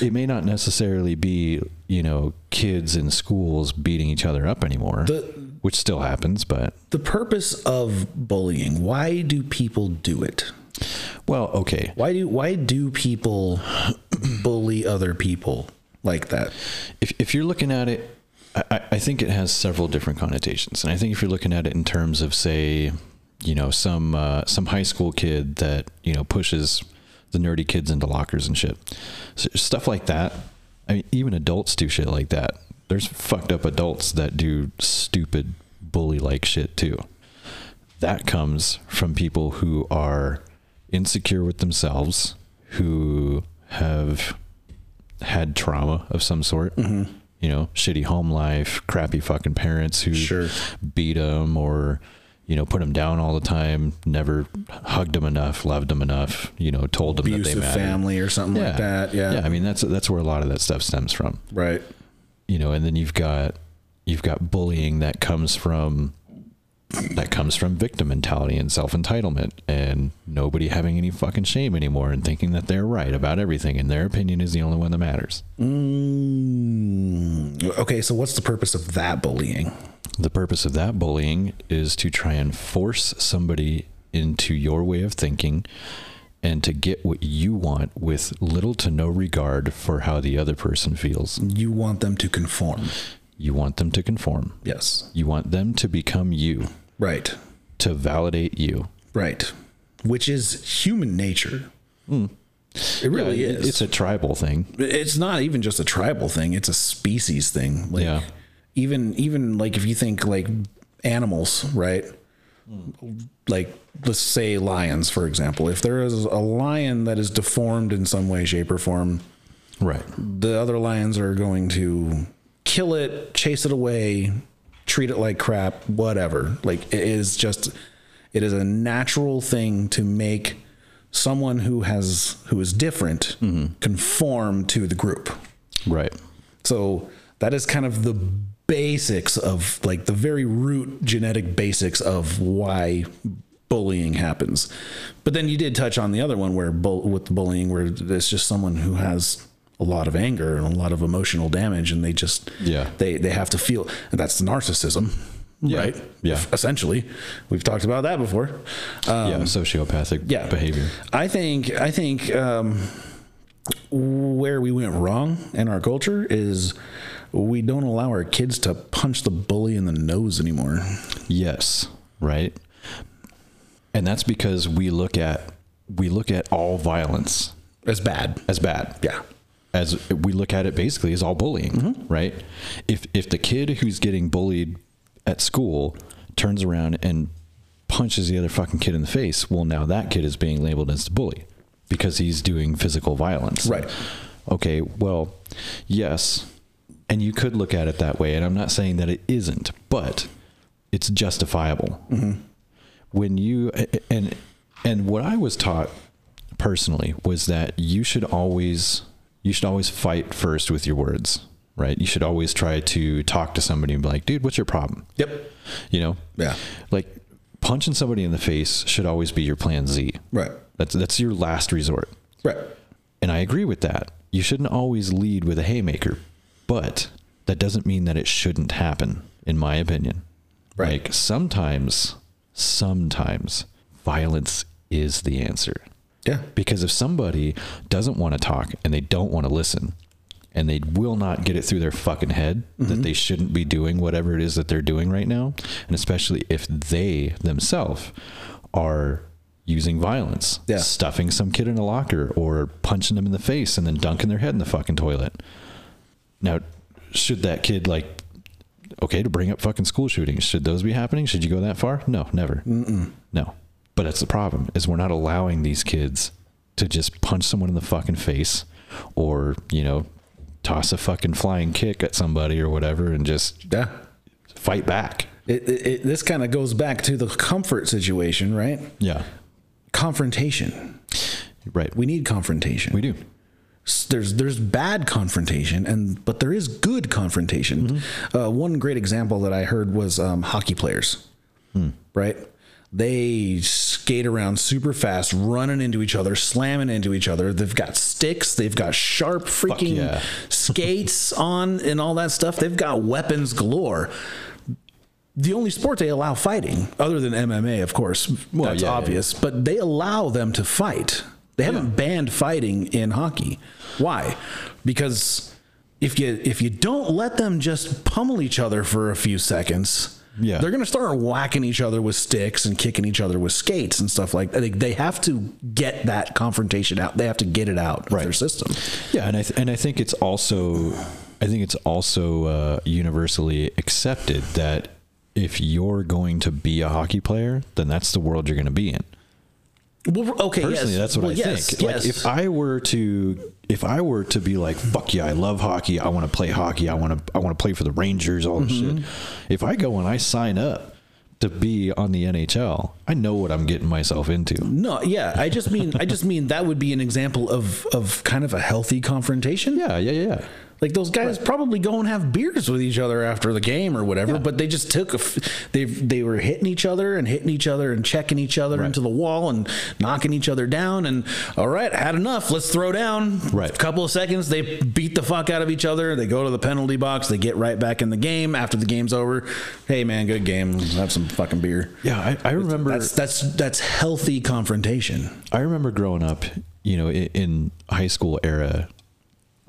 Speaker 1: it may not necessarily be you know kids in schools beating each other up anymore
Speaker 2: The-
Speaker 1: which still happens but
Speaker 2: the purpose of bullying. Why do people do it?
Speaker 1: well okay
Speaker 2: Why do, why do people bully other people like that?
Speaker 1: if, if you're looking at it I, I- I think it has several different connotations and i think if you're looking at it in terms of say you know some uh, some high school kid that you know pushes the nerdy kids into lockers and shit so stuff like that i mean even adults do shit like that there's fucked up adults that do stupid bully like shit too that comes from people who are insecure with themselves, who have had trauma of some sort.
Speaker 2: Mm-hmm.
Speaker 1: You know, shitty home life, crappy fucking parents who
Speaker 2: Sure.
Speaker 1: beat them or you know put them down all the time, never hugged them enough, loved them enough. You know, told them that
Speaker 2: Abusive
Speaker 1: they mattered.
Speaker 2: family or something like that. Yeah.
Speaker 1: yeah. I mean, that's that's where a lot of that stuff stems from
Speaker 2: right.
Speaker 1: you know and then you've got you've got bullying that comes from that comes from victim mentality and self-entitlement and nobody having any fucking shame anymore and thinking that they're right about everything and their opinion is the only one that matters
Speaker 2: Mm, okay. So what's the purpose of that bullying?
Speaker 1: the purpose of that bullying is to try and force somebody into your way of thinking and to get what you want with little to no regard for how the other person feels
Speaker 2: You want them to conform.
Speaker 1: you want them to conform
Speaker 2: Yes.
Speaker 1: you want them to become you
Speaker 2: Right.
Speaker 1: to validate you
Speaker 2: Right. Which is human nature. It really
Speaker 1: Hmm. Yeah, it-
Speaker 2: is.
Speaker 1: It's a tribal thing.
Speaker 2: it's not even just a tribal thing it's a species thing like
Speaker 1: Yeah.
Speaker 2: even even like if you think like animals right like let's say lions for example if there is a lion that is deformed in some way shape or form
Speaker 1: Right.
Speaker 2: the other lions are going to kill it chase it away treat it like crap whatever like it is just it is a natural thing to make someone who has who is different conform to the group
Speaker 1: Right.
Speaker 2: so that is kind of the basics of like the very root genetic basics of why bullying happens. But then you did touch on the other one where bull, with bullying where it's just someone who has a lot of anger and a lot of emotional damage and they just
Speaker 1: Yeah.
Speaker 2: they they have to feel and that's narcissism.
Speaker 1: Yeah.
Speaker 2: Right.
Speaker 1: Yeah.
Speaker 2: Essentially, we've talked about that before. Um,
Speaker 1: yeah. Sociopathic
Speaker 2: yeah.
Speaker 1: behavior.
Speaker 2: I think I think um, where we went wrong in our culture is we don't allow our kids to punch the bully in the nose anymore.
Speaker 1: Yes. Right. And that's because we look at we look at all violence
Speaker 2: That's bad.
Speaker 1: as bad.
Speaker 2: Yeah.
Speaker 1: As we look at it basically as all bullying, right? If if the kid who's getting bullied at school turns around and punches the other fucking kid in the face, well now that kid is being labeled as the bully because he's doing physical violence.
Speaker 2: Right.
Speaker 1: Okay, well, yes. And you could look at it that way. And I'm not saying that it isn't, but it's justifiable. When you, and, and what I was taught personally was that you should always, you should always fight first with your words, right? You should always try to talk to somebody and be like, dude, what's your problem?
Speaker 2: Yep.
Speaker 1: You know?
Speaker 2: Yeah.
Speaker 1: Like punching somebody in the face should always be your plan Z.
Speaker 2: Right.
Speaker 1: That's, that's your last resort.
Speaker 2: Right.
Speaker 1: And I agree with that. You shouldn't always lead with a haymaker, but that doesn't mean that it shouldn't happen, in my opinion.
Speaker 2: Right.
Speaker 1: Like sometimes, sometimes violence is the answer.
Speaker 2: Yeah.
Speaker 1: Because if somebody doesn't want to talk and they don't want to listen and they will not get it through their fucking head that they shouldn't be doing whatever it is that they're doing right now, and especially if they themselves are using violence,
Speaker 2: Yeah.
Speaker 1: stuffing some kid in a locker or punching them in the face and then dunking their head in the fucking toilet. Now, should that kid like okay to bring up fucking school shootings? Should those be happening? Should you go that far? No, never. No, but that's the problem is we're not allowing these kids to just punch someone in the fucking face or you know toss a fucking flying kick at somebody or whatever and just
Speaker 2: Yeah.
Speaker 1: fight back.
Speaker 2: It, it, it, this kind of goes back to the comfort situation, right?
Speaker 1: Yeah,
Speaker 2: Confrontation.
Speaker 1: right. We,
Speaker 2: We need confrontation.
Speaker 1: we do.
Speaker 2: s- there's there's bad confrontation and but there is good confrontation.
Speaker 1: Mm-hmm.
Speaker 2: Uh, one great example that I heard was um, hockey players,
Speaker 1: Hmm.
Speaker 2: right? They skate around super fast, running into each other, slamming into each other. They've got sticks, they've got sharp freaking
Speaker 1: yeah.
Speaker 2: skates on, and all that stuff. They've got weapons galore. The only sport they allow fighting, other than MMA, of course,
Speaker 1: Well,
Speaker 2: that's
Speaker 1: yeah, yeah,
Speaker 2: obvious, but they allow them to fight. They haven't banned fighting in hockey. Why? Because if you if you don't let them just pummel each other for a few seconds,
Speaker 1: Yeah.
Speaker 2: they're going to start whacking each other with sticks and kicking each other with skates and stuff like that. They, they have to get that confrontation out. They have to get it out of their
Speaker 1: Right.
Speaker 2: system.
Speaker 1: Yeah, and I th- and I think it's also, I think it's also uh, universally accepted that if you're going to be a hockey player, then that's the world you're going to be in.
Speaker 2: Well, okay,
Speaker 1: personally
Speaker 2: yes.
Speaker 1: that's what
Speaker 2: Well,
Speaker 1: i
Speaker 2: yes,
Speaker 1: think like
Speaker 2: yes.
Speaker 1: if i were to if i were to be like fuck yeah i love hockey i want to play hockey i want to i want to play for the rangers all this
Speaker 2: Mm-hmm.
Speaker 1: shit if i go and i sign up to be on the nhl i know what i'm getting myself into
Speaker 2: No, yeah, I just mean I just mean that would be an example of of kind of a healthy confrontation.
Speaker 1: yeah yeah yeah
Speaker 2: Like those guys probably go and have beers with each other after the game or whatever, but they just took a f- they they were hitting each other and hitting each other and checking each other into the wall and knocking each other down and all right, had enough, let's throw down.
Speaker 1: Right.
Speaker 2: A couple of seconds they beat the fuck out of each other, they go to the penalty box, they get right back in the game after the game's over. Hey man, good game. Have some fucking beer.
Speaker 1: yeah i, I remember
Speaker 2: That's that's that's healthy confrontation.
Speaker 1: I remember growing up, you know, in, in high school era,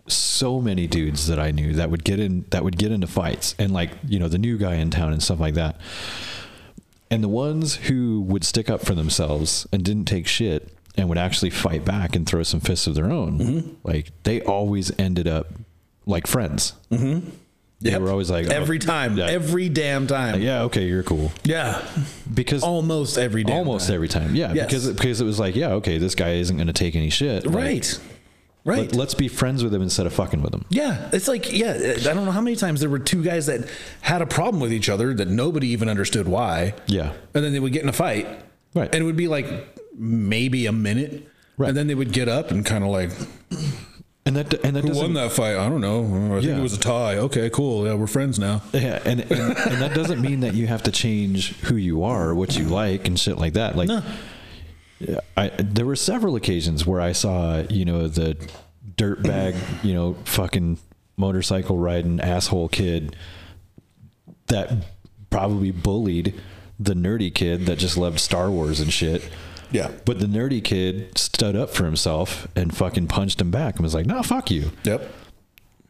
Speaker 1: so many dudes that I knew that would get in that would get into fights and like, you know, the new guy in town and stuff like that. And the ones who would stick up for themselves and didn't take shit and would actually fight back and throw some fists of their own,
Speaker 2: Mm-hmm.
Speaker 1: like they always ended up like friends.
Speaker 2: Yeah,
Speaker 1: They were always like, oh,
Speaker 2: Mm-hmm. every time,
Speaker 1: yeah.
Speaker 2: every damn time. Yeah.
Speaker 1: Yeah, okay, you're cool. Because
Speaker 2: Almost every damn
Speaker 1: almost
Speaker 2: time.
Speaker 1: every time. Yeah,
Speaker 2: Yes.
Speaker 1: because because it was like, yeah, okay, this guy isn't going to take any shit. Like,
Speaker 2: Right. Right.
Speaker 1: Let, us be friends with them instead of fucking with them.
Speaker 2: yeah. It's like, yeah, I don't know how many times there were two guys that had a problem with each other that nobody even understood why.
Speaker 1: Yeah.
Speaker 2: And then they would get in a fight.
Speaker 1: Right.
Speaker 2: And it would be like maybe a minute.
Speaker 1: Right.
Speaker 2: And then they would get up and kind of like,
Speaker 1: And that and that
Speaker 2: who
Speaker 1: doesn't
Speaker 2: won that fight? I don't know. I think
Speaker 1: Yeah.
Speaker 2: it was a tie. Okay, cool. Yeah, we're friends now.
Speaker 1: yeah, and, and and that doesn't mean that you have to change who you are, what you like, and shit like that. Like, yeah, I there were several occasions where I saw you know the dirtbag you know fucking motorcycle riding asshole kid that probably bullied the nerdy kid that just loved Star Wars and shit.
Speaker 2: Yeah.
Speaker 1: But the nerdy kid stood up for himself and fucking punched him back and was like, "No, fuck you."
Speaker 2: Yep.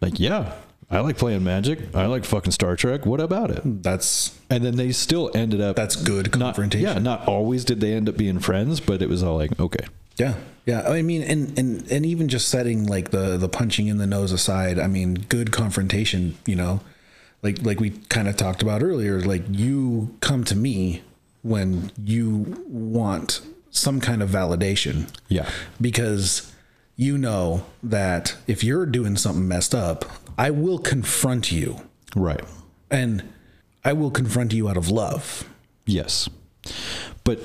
Speaker 1: Like, yeah, I like playing Magic. I like fucking Star Trek. What about it?
Speaker 2: That's
Speaker 1: And then they still ended up.
Speaker 2: that's good
Speaker 1: not,
Speaker 2: confrontation.
Speaker 1: Yeah, not always did they end up being friends, but it was all like, okay,
Speaker 2: Yeah, yeah. I mean, and and and even just setting like the the punching in the nose aside. I mean, good confrontation. You know, like like we kind of talked about earlier. Like you come to me when you want some kind of validation.
Speaker 1: Yeah.
Speaker 2: because you know that if you're doing something messed up, I will confront you,
Speaker 1: right,
Speaker 2: and I will confront you out of love.
Speaker 1: yes, but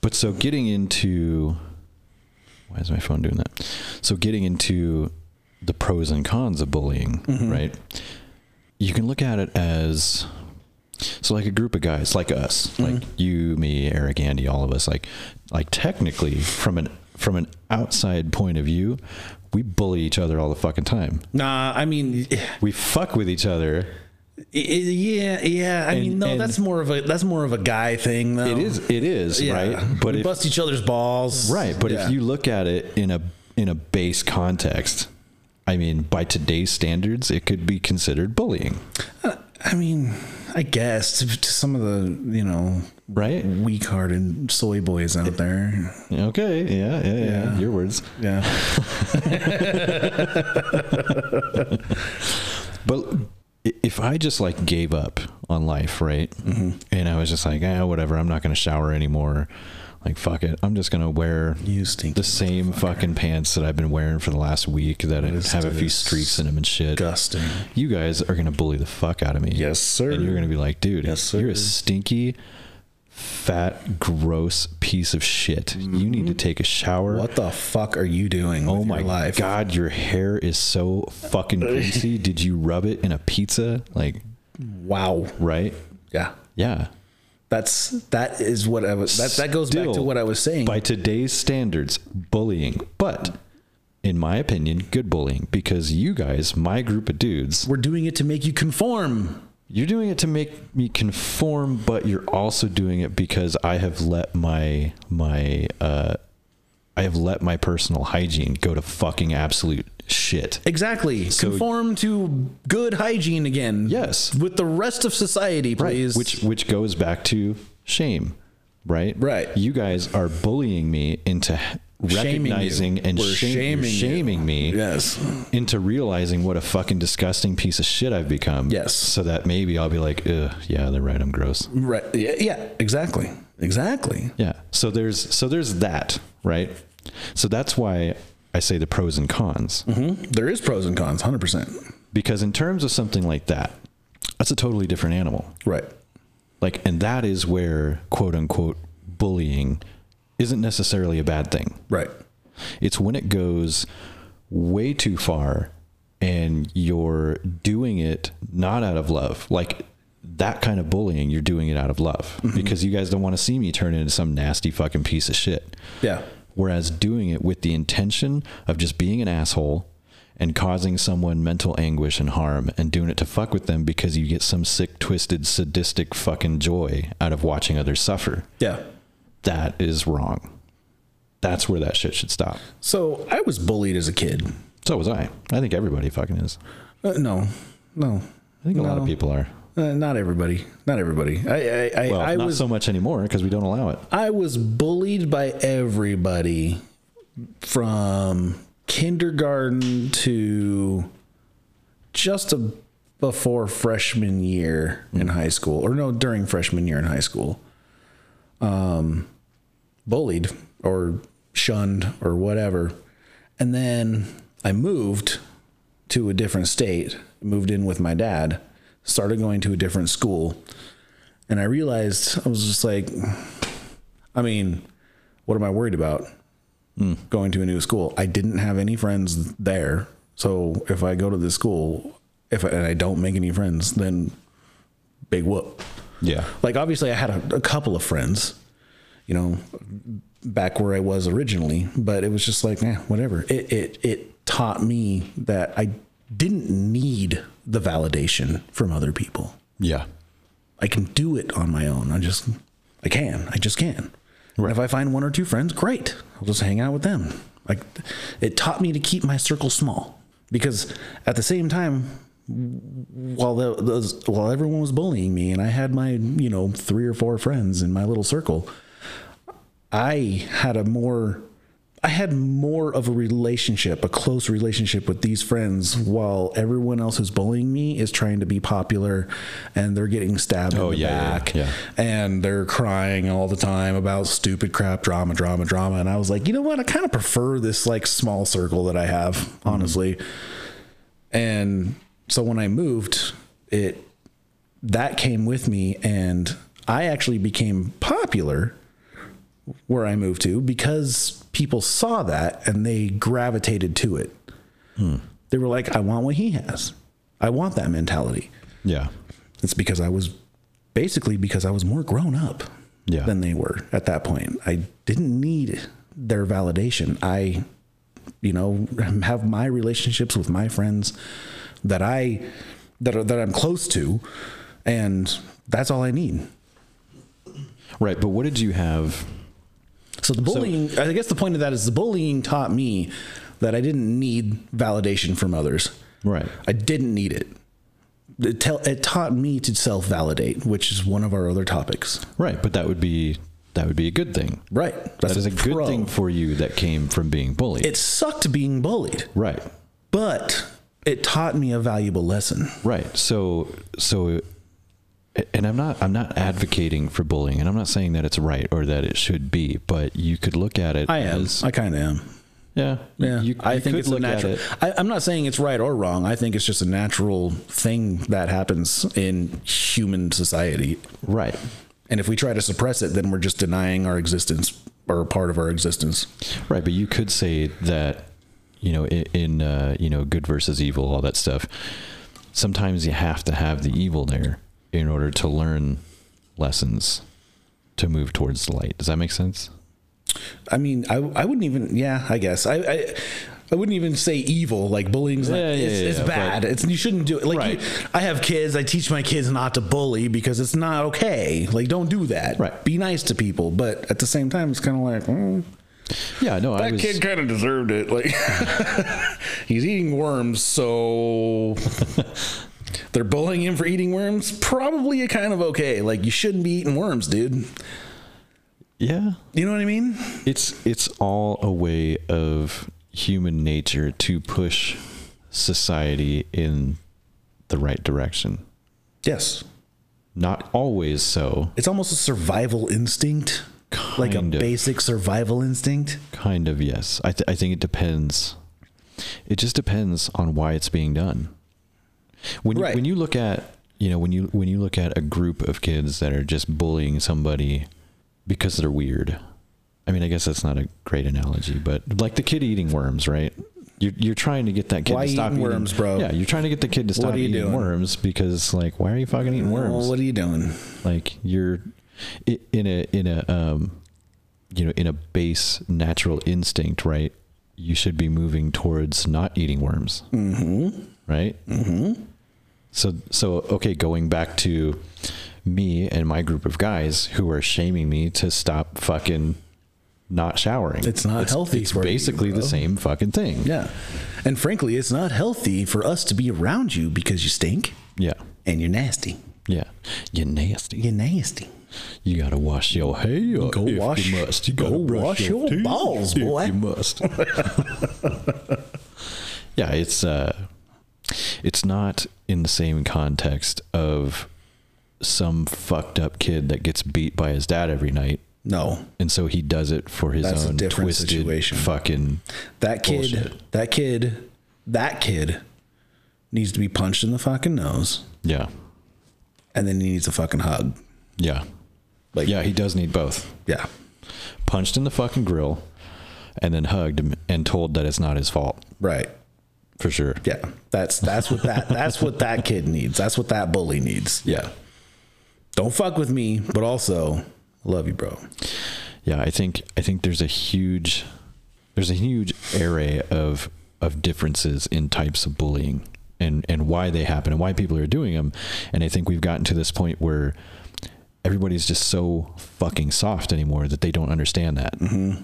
Speaker 1: but so getting into why is my phone doing that? So getting into the pros and cons of bullying,
Speaker 2: Mm-hmm.
Speaker 1: right? You can look at it as so like a group of guys like us
Speaker 2: Mm-hmm.
Speaker 1: like you me eric andy all of us like like technically from an from an outside point of view we bully each other all the fucking time.
Speaker 2: Nah, I mean,
Speaker 1: We fuck with each other.
Speaker 2: I- I- Yeah, yeah. I mean,
Speaker 1: And-
Speaker 2: no,
Speaker 1: and-
Speaker 2: that's more of a that's more of a guy thing, though.
Speaker 1: It is. It is
Speaker 2: Um, yeah.
Speaker 1: right. But
Speaker 2: we
Speaker 1: if,
Speaker 2: bust each other's balls,
Speaker 1: right. But
Speaker 2: Yeah.
Speaker 1: if you look at it in a in a base context, I mean, by today's standards, it could be considered bullying,
Speaker 2: I mean, I guess to, to some of the you know
Speaker 1: right?
Speaker 2: weak-hearted soy boys out there,
Speaker 1: Okay. Yeah. Yeah. Yeah.
Speaker 2: Yeah.
Speaker 1: Your words.
Speaker 2: yeah,
Speaker 1: But i- if I just like gave up on life, right?
Speaker 2: Mm-hmm.
Speaker 1: And I was just like, ah, whatever. I'm not going to shower anymore. Like, fuck it. I'm just going to wear
Speaker 2: you stink,
Speaker 1: the same fucking pants that I've been wearing for the last week that
Speaker 2: This
Speaker 1: have a few
Speaker 2: is
Speaker 1: streaks in them and shit.
Speaker 2: disgusting.
Speaker 1: You guys are going to bully the fuck out of me.
Speaker 2: Yes, sir.
Speaker 1: And you're going to be like, dude,
Speaker 2: Yes,
Speaker 1: you're a
Speaker 2: sir.
Speaker 1: stinky, fat, gross piece of shit. You need to take a shower.
Speaker 2: Mm-hmm. What the fuck are you doing?
Speaker 1: Oh
Speaker 2: with
Speaker 1: my
Speaker 2: your life?
Speaker 1: god, your hair is so fucking greasy. Did you rub it in a pizza? Like,
Speaker 2: Wow.
Speaker 1: right?
Speaker 2: Yeah.
Speaker 1: Yeah.
Speaker 2: That's that is what I was. That that goes back to
Speaker 1: Still,
Speaker 2: what I was saying.
Speaker 1: By today's standards, bullying. But in my opinion, good bullying because you guys, my group of dudes,
Speaker 2: We're doing it to make you conform.
Speaker 1: you're doing it to make me conform, but you're also doing it because I have let my my uh I have let my personal hygiene go to fucking absolute shit.
Speaker 2: Exactly. conform to good hygiene again.
Speaker 1: Yes.
Speaker 2: With the rest of society, please.
Speaker 1: Which which goes back to shame, right?
Speaker 2: Right.
Speaker 1: You guys are bullying me into
Speaker 2: Shaming you.
Speaker 1: recognizing and
Speaker 2: We're
Speaker 1: shame-
Speaker 2: shaming you.
Speaker 1: shaming me
Speaker 2: Yes.
Speaker 1: into realizing what a fucking disgusting piece of shit I've become.
Speaker 2: Yes.
Speaker 1: So that maybe I'll be like, Ugh, yeah, they're right. I'm gross.
Speaker 2: Right. Yeah. yeah exactly. Exactly.
Speaker 1: Yeah. So there's so there's that, right? So that's why I say the pros and
Speaker 2: Mm-hmm.
Speaker 1: cons.
Speaker 2: There is pros and cons. Hundred percent.
Speaker 1: Because in terms of something like that, that's a totally different animal.
Speaker 2: Right.
Speaker 1: Like, and that is where quote unquote bullying isn't necessarily a bad thing.
Speaker 2: Right.
Speaker 1: It's when it goes way too far and you're doing it not out of love. Like that kind of bullying, you're doing it out of love because you guys don't want to see me turn into some nasty fucking piece of shit.
Speaker 2: Yeah.
Speaker 1: Whereas doing it with the intention of just being an asshole and causing someone mental anguish and harm and doing it to fuck with them because you get some sick, twisted, sadistic fucking joy out of watching others suffer.
Speaker 2: Yeah.
Speaker 1: That is wrong. That's where that shit should stop.
Speaker 2: So I was bullied as a kid.
Speaker 1: So was I. I think everybody fucking is.
Speaker 2: Uh, no. No.
Speaker 1: I think a lot of
Speaker 2: No.
Speaker 1: people are.
Speaker 2: Uh, not everybody. Not everybody. I. I. I,
Speaker 1: Well,
Speaker 2: I
Speaker 1: not
Speaker 2: was.
Speaker 1: so much anymore because we don't allow it.
Speaker 2: I was bullied by everybody from kindergarten to just a, before freshman year in high school, or no, during freshman year in high school. Um, bullied or shunned or whatever. And then I moved to a different state, moved in with my dad, started going to a different school. And I realized I was just like, I mean, what am I worried about? Going to a new school. I didn't have any friends there. So if I go to this school, if I, and I don't make any friends, then big whoop.
Speaker 1: Yeah.
Speaker 2: Like obviously, I had a, a couple of friends, you know, back where I was originally, but it was just like, eh, whatever. It it it taught me that I didn't need the validation from other people.
Speaker 1: Yeah.
Speaker 2: I can do it on my own. I just, I can. I just can. And if I find one or two friends, great. I'll just hang out with them. Like, it taught me to keep my circle small because at the same time, while the, those, while everyone was bullying me and I had my you know three or four friends in my little circle, I had a more I had more of a relationship, a close relationship with these friends while everyone else who's bullying me is trying to be popular and they're getting stabbed
Speaker 1: Oh,
Speaker 2: in the
Speaker 1: yeah, yeah,
Speaker 2: back
Speaker 1: yeah.
Speaker 2: and they're crying all the time about stupid crap, drama, drama, drama. And I was like, you know what? I kind of prefer this like small circle that I have,
Speaker 1: Mm-hmm.
Speaker 2: honestly. And so when I moved, it that came with me and I actually became popular where I moved to because people saw that and they gravitated to it. They were like, I want what he has. I want that mentality.
Speaker 1: Yeah.
Speaker 2: It's because I was basically because I was more grown up
Speaker 1: Yeah.
Speaker 2: than they were at that point. I didn't need their validation. I you know, have my relationships with my friends that I that are that I'm close to, and that's all I need.
Speaker 1: Right. But what did you have?
Speaker 2: So the bullying, I guess the point of that is the bullying taught me that I didn't need validation from others.
Speaker 1: Right.
Speaker 2: I didn't need it. It, tell, it taught me to self validate, which is one of our other topics.
Speaker 1: Right. But that would be that would be a good thing.
Speaker 2: Right.
Speaker 1: That's a, good
Speaker 2: pro.
Speaker 1: thing for you that came from being bullied.
Speaker 2: It sucked being bullied,
Speaker 1: right.
Speaker 2: but it taught me a valuable lesson.
Speaker 1: Right. So so and I'm not I'm not advocating for bullying and I'm not saying that it's right or that it should be, but you could look at it
Speaker 2: I am.
Speaker 1: as
Speaker 2: I kind of am.
Speaker 1: yeah.
Speaker 2: Yeah.
Speaker 1: you,
Speaker 2: I
Speaker 1: you
Speaker 2: think
Speaker 1: could
Speaker 2: it's a
Speaker 1: look at
Speaker 2: natural.
Speaker 1: it
Speaker 2: I, I'm not saying it's right or wrong. I think it's just a natural thing that happens in human society.
Speaker 1: Right.
Speaker 2: And if we try to suppress it, then we're just denying our existence or part of our existence.
Speaker 1: Right, but you could say that you know in, in uh, you know good versus evil, all that stuff. Sometimes you have to have the evil there in order to learn lessons to move towards the light. Does that make sense?
Speaker 2: I mean, I, I wouldn't even, yeah, I guess. I, I, I wouldn't even say evil, like bullying's not,
Speaker 1: Yeah, yeah,
Speaker 2: it's, it's
Speaker 1: yeah,
Speaker 2: bad.
Speaker 1: but-
Speaker 2: It's, you shouldn't do it. Like,
Speaker 1: Right.
Speaker 2: you- I have kids, I teach my kids not to bully because it's not okay. Like, don't do that.
Speaker 1: Right.
Speaker 2: Be nice to people. But at the same time, it's kind of like, mm,
Speaker 1: Yeah, no, I
Speaker 2: that
Speaker 1: was
Speaker 2: kid kind of deserved it. Like, he's eating worms, so they're bullying him for eating worms. Probably kind of okay. Like, you shouldn't be eating worms, dude.
Speaker 1: yeah.
Speaker 2: You know what I mean?
Speaker 1: It's it's all a way of human nature to push society in the right direction.
Speaker 2: Yes.
Speaker 1: Not always so,
Speaker 2: It's almost a survival instinct, like a
Speaker 1: Kind of.
Speaker 2: basic survival instinct.
Speaker 1: Kind of, yes. I, th- I think it depends. It just depends on why it's being done. When
Speaker 2: Right.
Speaker 1: you, when you look at you know when you when you look at a group of kids that are just bullying somebody because they're weird. I mean, I guess that's not a great analogy, but like the kid eating worms, right? You're, you're trying to get that kid
Speaker 2: Why
Speaker 1: to stop
Speaker 2: eating worms, bro?
Speaker 1: Yeah, you're trying to get the kid to stop
Speaker 2: are you
Speaker 1: eating
Speaker 2: doing?
Speaker 1: worms because, like, why are you fucking eating worms?
Speaker 2: Well, what are you doing?
Speaker 1: like you're i- in a in a um you know in a base natural instinct right you should be moving towards not eating worms mm-hmm. right mm-hmm. so so okay going back to me and my group of guys who are shaming me to stop fucking not showering
Speaker 2: It's not healthy
Speaker 1: it's
Speaker 2: for you,
Speaker 1: basically the
Speaker 2: bro.
Speaker 1: same fucking thing
Speaker 2: Yeah. And frankly, it's not healthy for us to be around you because you stink
Speaker 1: yeah
Speaker 2: and you're nasty.
Speaker 1: yeah you nasty
Speaker 2: You're nasty.
Speaker 1: You gotta wash your hair.
Speaker 2: Go
Speaker 1: if
Speaker 2: wash-
Speaker 1: You must. You
Speaker 2: go
Speaker 1: gotta brush
Speaker 2: wash your
Speaker 1: teeth
Speaker 2: balls,
Speaker 1: if
Speaker 2: boy.
Speaker 1: You must. yeah, it's uh, it's not in the same context of some fucked up kid that gets beat by his dad every night,
Speaker 2: No,
Speaker 1: and so he does it for his
Speaker 2: That's a
Speaker 1: own
Speaker 2: different
Speaker 1: twisted
Speaker 2: situation.
Speaker 1: fucking.
Speaker 2: that kid,
Speaker 1: Bullshit.
Speaker 2: that kid, that kid needs to be punched in the fucking nose
Speaker 1: Yeah,
Speaker 2: and then he needs a fucking hug.
Speaker 1: yeah,
Speaker 2: Like-
Speaker 1: yeah. He does need both.
Speaker 2: Yeah.
Speaker 1: Punched in the fucking grill, and then hugged him and told that it's not his fault
Speaker 2: Right.
Speaker 1: for sure.
Speaker 2: Yeah. That's that's what that that's what that kid needs. That's what that bully needs.
Speaker 1: Yeah.
Speaker 2: Don't fuck with me, but also love you, bro.
Speaker 1: yeah i think i think there's a huge there's a huge array of of differences in types of bullying and and why they happen and why people are doing them and i think we've gotten to this point where everybody's just so fucking soft anymore that they don't understand that
Speaker 2: Mm-hmm.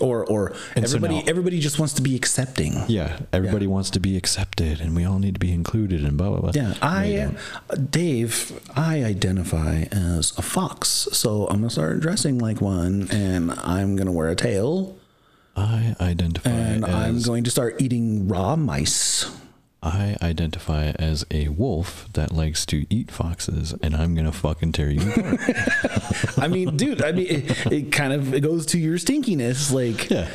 Speaker 2: or or
Speaker 1: so
Speaker 2: everybody
Speaker 1: now-
Speaker 2: everybody just wants to be accepting.
Speaker 1: yeah everybody wants to be accepted and we all need to be included and blah blah blah
Speaker 2: Yeah, I Dave, I identify as a fox, so I'm gonna start dressing like one, and I'm gonna wear a tail,
Speaker 1: i identify
Speaker 2: and I'm
Speaker 1: as
Speaker 2: going to start eating raw mice.
Speaker 1: i identify as a wolf that likes to eat foxes and i'm gonna fucking tear you apart
Speaker 2: I mean, dude, I mean, it, it kind of it goes to your stinkiness. Like,
Speaker 1: yeah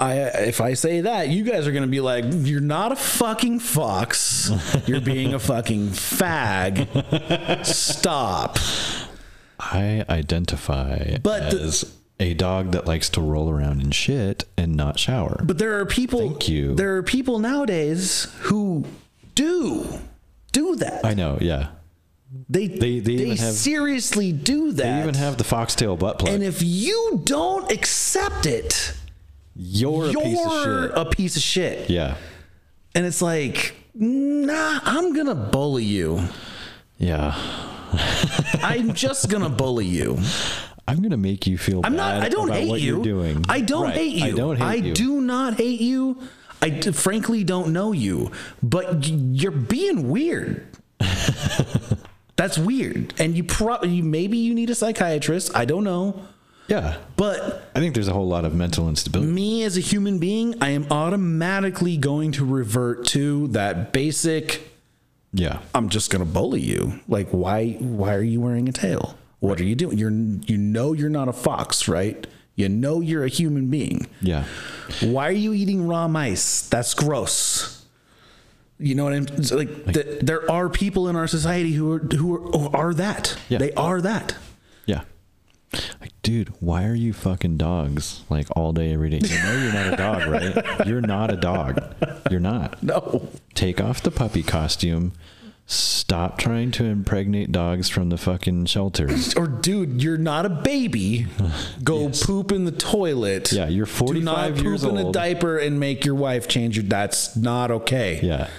Speaker 2: I if I say that, you guys are gonna be like, you're not a fucking fox. You're being a fucking fag. Stop.
Speaker 1: I identify
Speaker 2: But the-
Speaker 1: as a dog that likes to roll around in shit and not shower.
Speaker 2: But there are people.
Speaker 1: Thank you.
Speaker 2: There are people nowadays who do do that.
Speaker 1: I know, yeah.
Speaker 2: they
Speaker 1: they
Speaker 2: they they,
Speaker 1: even have-
Speaker 2: seriously do that.
Speaker 1: They even have the foxtail butt plug.
Speaker 2: and if you don't accept it,
Speaker 1: You're, a piece of shit.
Speaker 2: a piece of shit.
Speaker 1: Yeah.
Speaker 2: And it's like, nah, I'm going to bully you.
Speaker 1: Yeah.
Speaker 2: I'm just going to bully you.
Speaker 1: I'm gonna make you feel
Speaker 2: I'm
Speaker 1: bad
Speaker 2: not, I don't
Speaker 1: Uh, about
Speaker 2: hate
Speaker 1: what
Speaker 2: you.
Speaker 1: are doing.
Speaker 2: I don't
Speaker 1: Right.
Speaker 2: hate you.
Speaker 1: I don't hate you.
Speaker 2: do not hate you. I d- frankly don't know you, but y- you're being weird. That's weird. And you probably, maybe you need a psychiatrist. I don't know.
Speaker 1: Yeah.
Speaker 2: But
Speaker 1: I think there's a whole lot of mental instability.
Speaker 2: me as a human being, I am automatically going to revert to that basic
Speaker 1: Yeah.
Speaker 2: I'm just going to bully you. Like why why are you wearing a tail? What are you doing? You're you know you're not a fox, right? You know you're a human being.
Speaker 1: Yeah.
Speaker 2: Why are you eating raw mice? That's gross. You know what I'm it's like? th- there are people in our society who are who are, who are that.
Speaker 1: Yeah.
Speaker 2: They are that.
Speaker 1: Yeah. Like, dude, why are you fucking dogs like all day, every day? You know you're not a dog, right? You're not a dog. You're not.
Speaker 2: No.
Speaker 1: Take off the puppy costume. Stop trying to impregnate dogs from the fucking shelters.
Speaker 2: Or dude, you're not a baby. Go poop in the toilet.
Speaker 1: Yeah, you're
Speaker 2: Do not
Speaker 1: 45
Speaker 2: poop
Speaker 1: years
Speaker 2: in a
Speaker 1: old.
Speaker 2: diaper and make your wife change your. That's not okay.
Speaker 1: Yeah.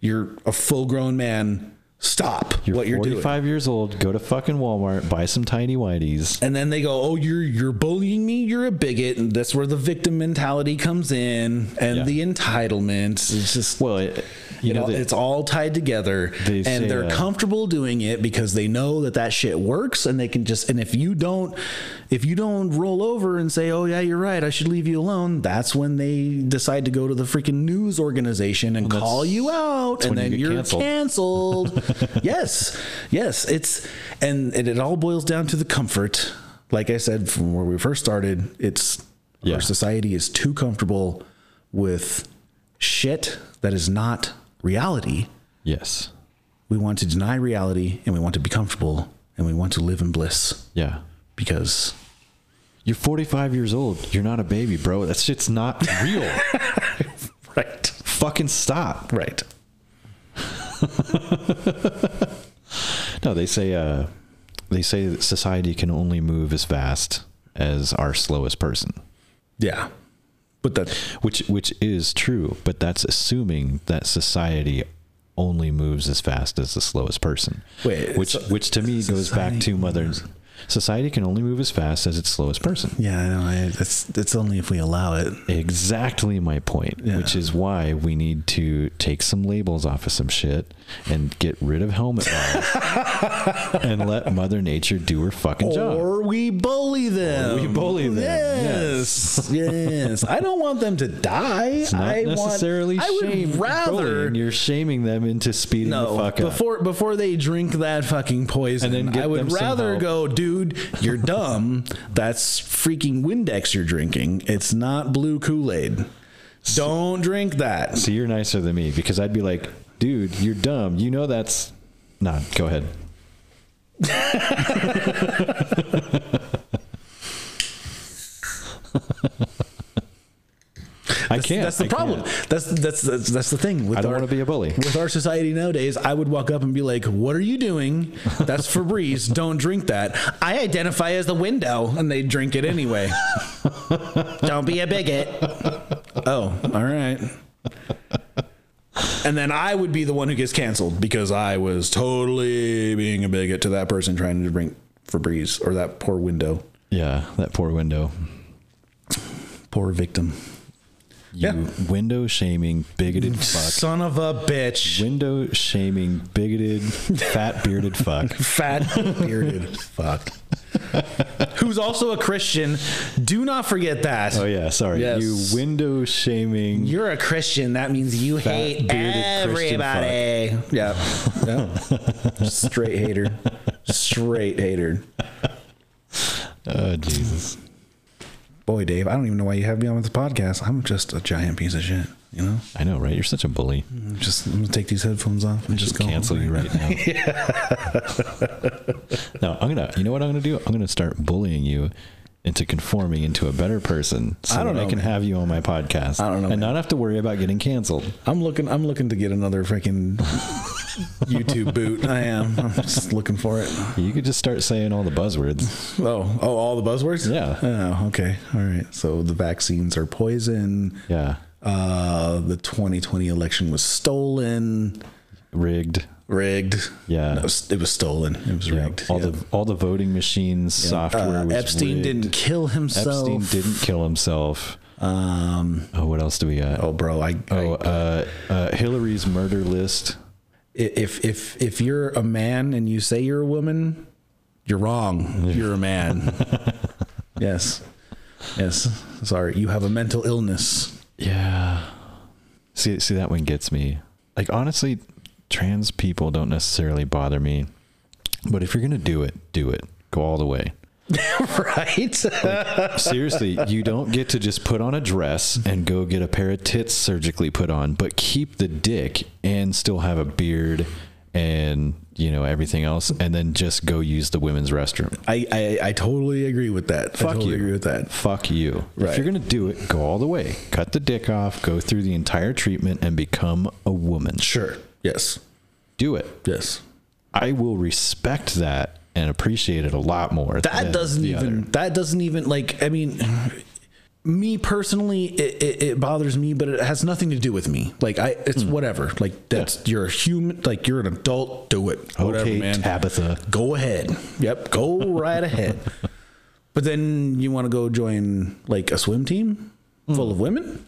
Speaker 2: You're a full grown man. Stop
Speaker 1: You're
Speaker 2: what you're doing.
Speaker 1: 45 years old. Go to fucking Walmart, buy some tiny whiteys.
Speaker 2: And then they go, "Oh, you're you're bullying me. You're a bigot." And that's where the victim mentality comes in, and
Speaker 1: Yeah.
Speaker 2: the entitlement. It's just
Speaker 1: Well, it, you,
Speaker 2: you
Speaker 1: know,
Speaker 2: know,
Speaker 1: the-
Speaker 2: it's all tied together,
Speaker 1: They
Speaker 2: and
Speaker 1: say,
Speaker 2: they're
Speaker 1: uh,
Speaker 2: comfortable doing it because they know that that shit works, and they can just. And if you don't, if you don't roll over and say, "Oh yeah, you're right. I should leave you alone," that's when they decide to go to the freaking news organization and call you out, and
Speaker 1: when you
Speaker 2: then
Speaker 1: get
Speaker 2: you are
Speaker 1: canceled.
Speaker 2: canceled. yes, yes, it's and, and it all boils down to the comfort. Like I said from where we first started, it's
Speaker 1: Yeah.
Speaker 2: our society is too comfortable with shit that is not reality.
Speaker 1: yes.
Speaker 2: We want to deny reality and we want to be comfortable and we want to live in bliss
Speaker 1: Yeah.
Speaker 2: because
Speaker 1: You're 45 years old. You're not a baby, bro. That shit's not real.
Speaker 2: right,
Speaker 1: fucking stop.
Speaker 2: right.
Speaker 1: No, they say uh, they say that society can only move as fast as our slowest person,
Speaker 2: Yeah. But that
Speaker 1: which which is true, but that's assuming that society only moves as fast as the slowest person.
Speaker 2: Wait,
Speaker 1: which
Speaker 2: so-
Speaker 1: which to me goes back to mother. Society can only move as fast as its slowest person.
Speaker 2: yeah, I know. I- It's it's only if we allow it.
Speaker 1: Exactly my point,
Speaker 2: Yeah.
Speaker 1: which is why we need to take some labels off of some shit and get rid of helmet laws and let Mother Nature do her fucking job.
Speaker 2: Or we bully them.
Speaker 1: we bully them,
Speaker 2: Yes. Yes. I don't want them to die.
Speaker 1: It's not
Speaker 2: I
Speaker 1: necessarily
Speaker 2: want, I
Speaker 1: shame.
Speaker 2: would rather
Speaker 1: bullying. you're shaming them into speeding
Speaker 2: no,
Speaker 1: the fuck up.
Speaker 2: before before they drink that fucking poison,
Speaker 1: And then get
Speaker 2: I
Speaker 1: them
Speaker 2: would
Speaker 1: some
Speaker 2: rather
Speaker 1: help.
Speaker 2: go, dude, you're dumb. That's freaking Windex you're drinking. It's not blue Kool Aid. Don't drink that.
Speaker 1: so you're nicer than me because I'd be like, dude, you're dumb. You know that's nah. Go ahead. I can't.
Speaker 2: That's the
Speaker 1: I
Speaker 2: problem.
Speaker 1: can't.
Speaker 2: That's, that's that's that's the thing with
Speaker 1: I don't
Speaker 2: our-
Speaker 1: want to be a bully.
Speaker 2: with our society nowadays, I would walk up and be like, "What are you doing? That's Febreze. Don't drink that. I identify as the window," and they drink it anyway. Don't be a bigot. Oh, all right. And then I would be the one who gets canceled because I was totally being a bigot to that person trying to drink Febreze or that poor window,
Speaker 1: Yeah, that poor window.
Speaker 2: poor victim.
Speaker 1: You
Speaker 2: Yeah.
Speaker 1: window shaming bigoted fuck.
Speaker 2: Son of a bitch.
Speaker 1: Window shaming bigoted fat bearded fuck.
Speaker 2: fat bearded fuck who's also a christian do not forget that
Speaker 1: Oh yeah, sorry.
Speaker 2: Yes.
Speaker 1: You window shaming
Speaker 2: you're a christian that means you hate
Speaker 1: bearded Christian
Speaker 2: everybody yeah. yeah straight hater straight hater
Speaker 1: Oh Jesus.
Speaker 2: boy dave i don't even know why you have me on this podcast i'm just a giant piece of shit you know
Speaker 1: I know, right? You're such a bully.
Speaker 2: I'm just i'm gonna take these headphones off and just
Speaker 1: Just
Speaker 2: go
Speaker 1: cancel you right now. no, I'm gonna you know what I'm gonna do? I'm gonna start bullying you into conforming into a better person so
Speaker 2: I don't
Speaker 1: that I
Speaker 2: know,
Speaker 1: can
Speaker 2: man.
Speaker 1: have you on my podcast.
Speaker 2: I don't know,
Speaker 1: And
Speaker 2: man.
Speaker 1: not have to worry about getting canceled.
Speaker 2: I'm looking. I'm looking to get another freaking YouTube boot. I am. I'm just looking for it.
Speaker 1: You could just start saying all the buzzwords.
Speaker 2: Oh, oh, all the buzzwords.
Speaker 1: Yeah.
Speaker 2: Oh, okay. All right. So the vaccines are poison.
Speaker 1: Yeah.
Speaker 2: Uh, the 2020 election was stolen,
Speaker 1: Rigged.
Speaker 2: rigged.
Speaker 1: Yeah.
Speaker 2: No, it was stolen. It was rigged.
Speaker 1: All
Speaker 2: Yeah.
Speaker 1: the all the voting machines software
Speaker 2: Uh,
Speaker 1: was
Speaker 2: Epstein
Speaker 1: rigged.
Speaker 2: didn't kill himself.
Speaker 1: Epstein didn't kill himself.
Speaker 2: Um.
Speaker 1: Oh, what else do we got?
Speaker 2: Oh, bro. I. I
Speaker 1: Oh, uh, uh, Hillary's murder list.
Speaker 2: if if if you're a man and you say you're a woman, you're wrong. You're a man. yes. Yes. Sorry. You have a mental illness.
Speaker 1: Yeah. See, see, that one gets me. Like, honestly, trans people don't necessarily bother me, but if you're gonna do it, do it. Go all the way.
Speaker 2: right?
Speaker 1: Seriously, you don't get to just put on a dress and go get a pair of tits surgically put on, but keep the dick and still have a beard and you know everything else, and then just go use the women's restroom.
Speaker 2: I, I I totally agree with that. I
Speaker 1: Fuck
Speaker 2: totally
Speaker 1: you.
Speaker 2: agree with that.
Speaker 1: Fuck you.
Speaker 2: Right.
Speaker 1: If you're gonna do it, go all the way. Cut the dick off. Go through the entire treatment and become a woman.
Speaker 2: Sure. Yes.
Speaker 1: Do it.
Speaker 2: Yes.
Speaker 1: I will respect that and appreciate it a lot more.
Speaker 3: That
Speaker 1: than
Speaker 3: doesn't
Speaker 1: the
Speaker 3: even.
Speaker 1: other.
Speaker 3: That doesn't even like. I mean, me personally, it, it, it bothers me, but it has nothing to do with me. Like I,
Speaker 1: Hmm.
Speaker 3: it's whatever. Like that's you're a human. Like you're an adult. Do it. Whatever,
Speaker 1: Okay,
Speaker 3: man.
Speaker 1: Tabitha.
Speaker 3: go ahead. Yep, go right ahead. But then you want to go join like a swim team
Speaker 1: Hmm.
Speaker 3: full of women?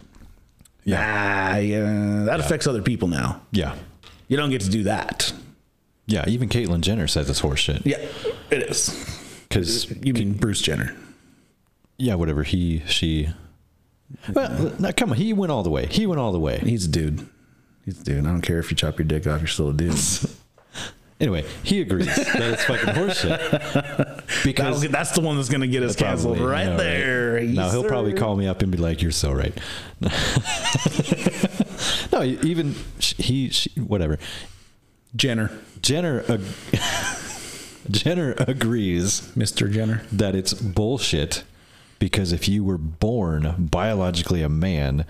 Speaker 3: Yeah, yeah, that affects other people now.
Speaker 1: Yeah,
Speaker 3: You don't get to do that.
Speaker 1: yeah. Even Caitlyn Jenner says it's horseshit.
Speaker 3: Yeah, it is.
Speaker 1: Because
Speaker 3: You mean Bruce Jenner?
Speaker 1: yeah, whatever. He, she. Well, now, come on. He went all the way. He went all the way.
Speaker 2: He's a dude. He's a dude. I don't care if you chop your dick off, you're still a dude.
Speaker 1: Anyway, he agrees that it's fucking horseshit.
Speaker 3: That'll
Speaker 1: Because
Speaker 3: get, that's the one that's going to get us canceled
Speaker 1: Probably, I
Speaker 3: right
Speaker 1: know,
Speaker 3: there. Yes,
Speaker 1: Now he'll
Speaker 3: sir.
Speaker 1: probably call me up and be like, "You're so right." no, e-, even sh- he, she, whatever.
Speaker 2: Jenner.
Speaker 1: Jenner, ag- Jenner agrees
Speaker 2: Mr. Jenner.
Speaker 1: that it's bullshit because if you were born biologically a man,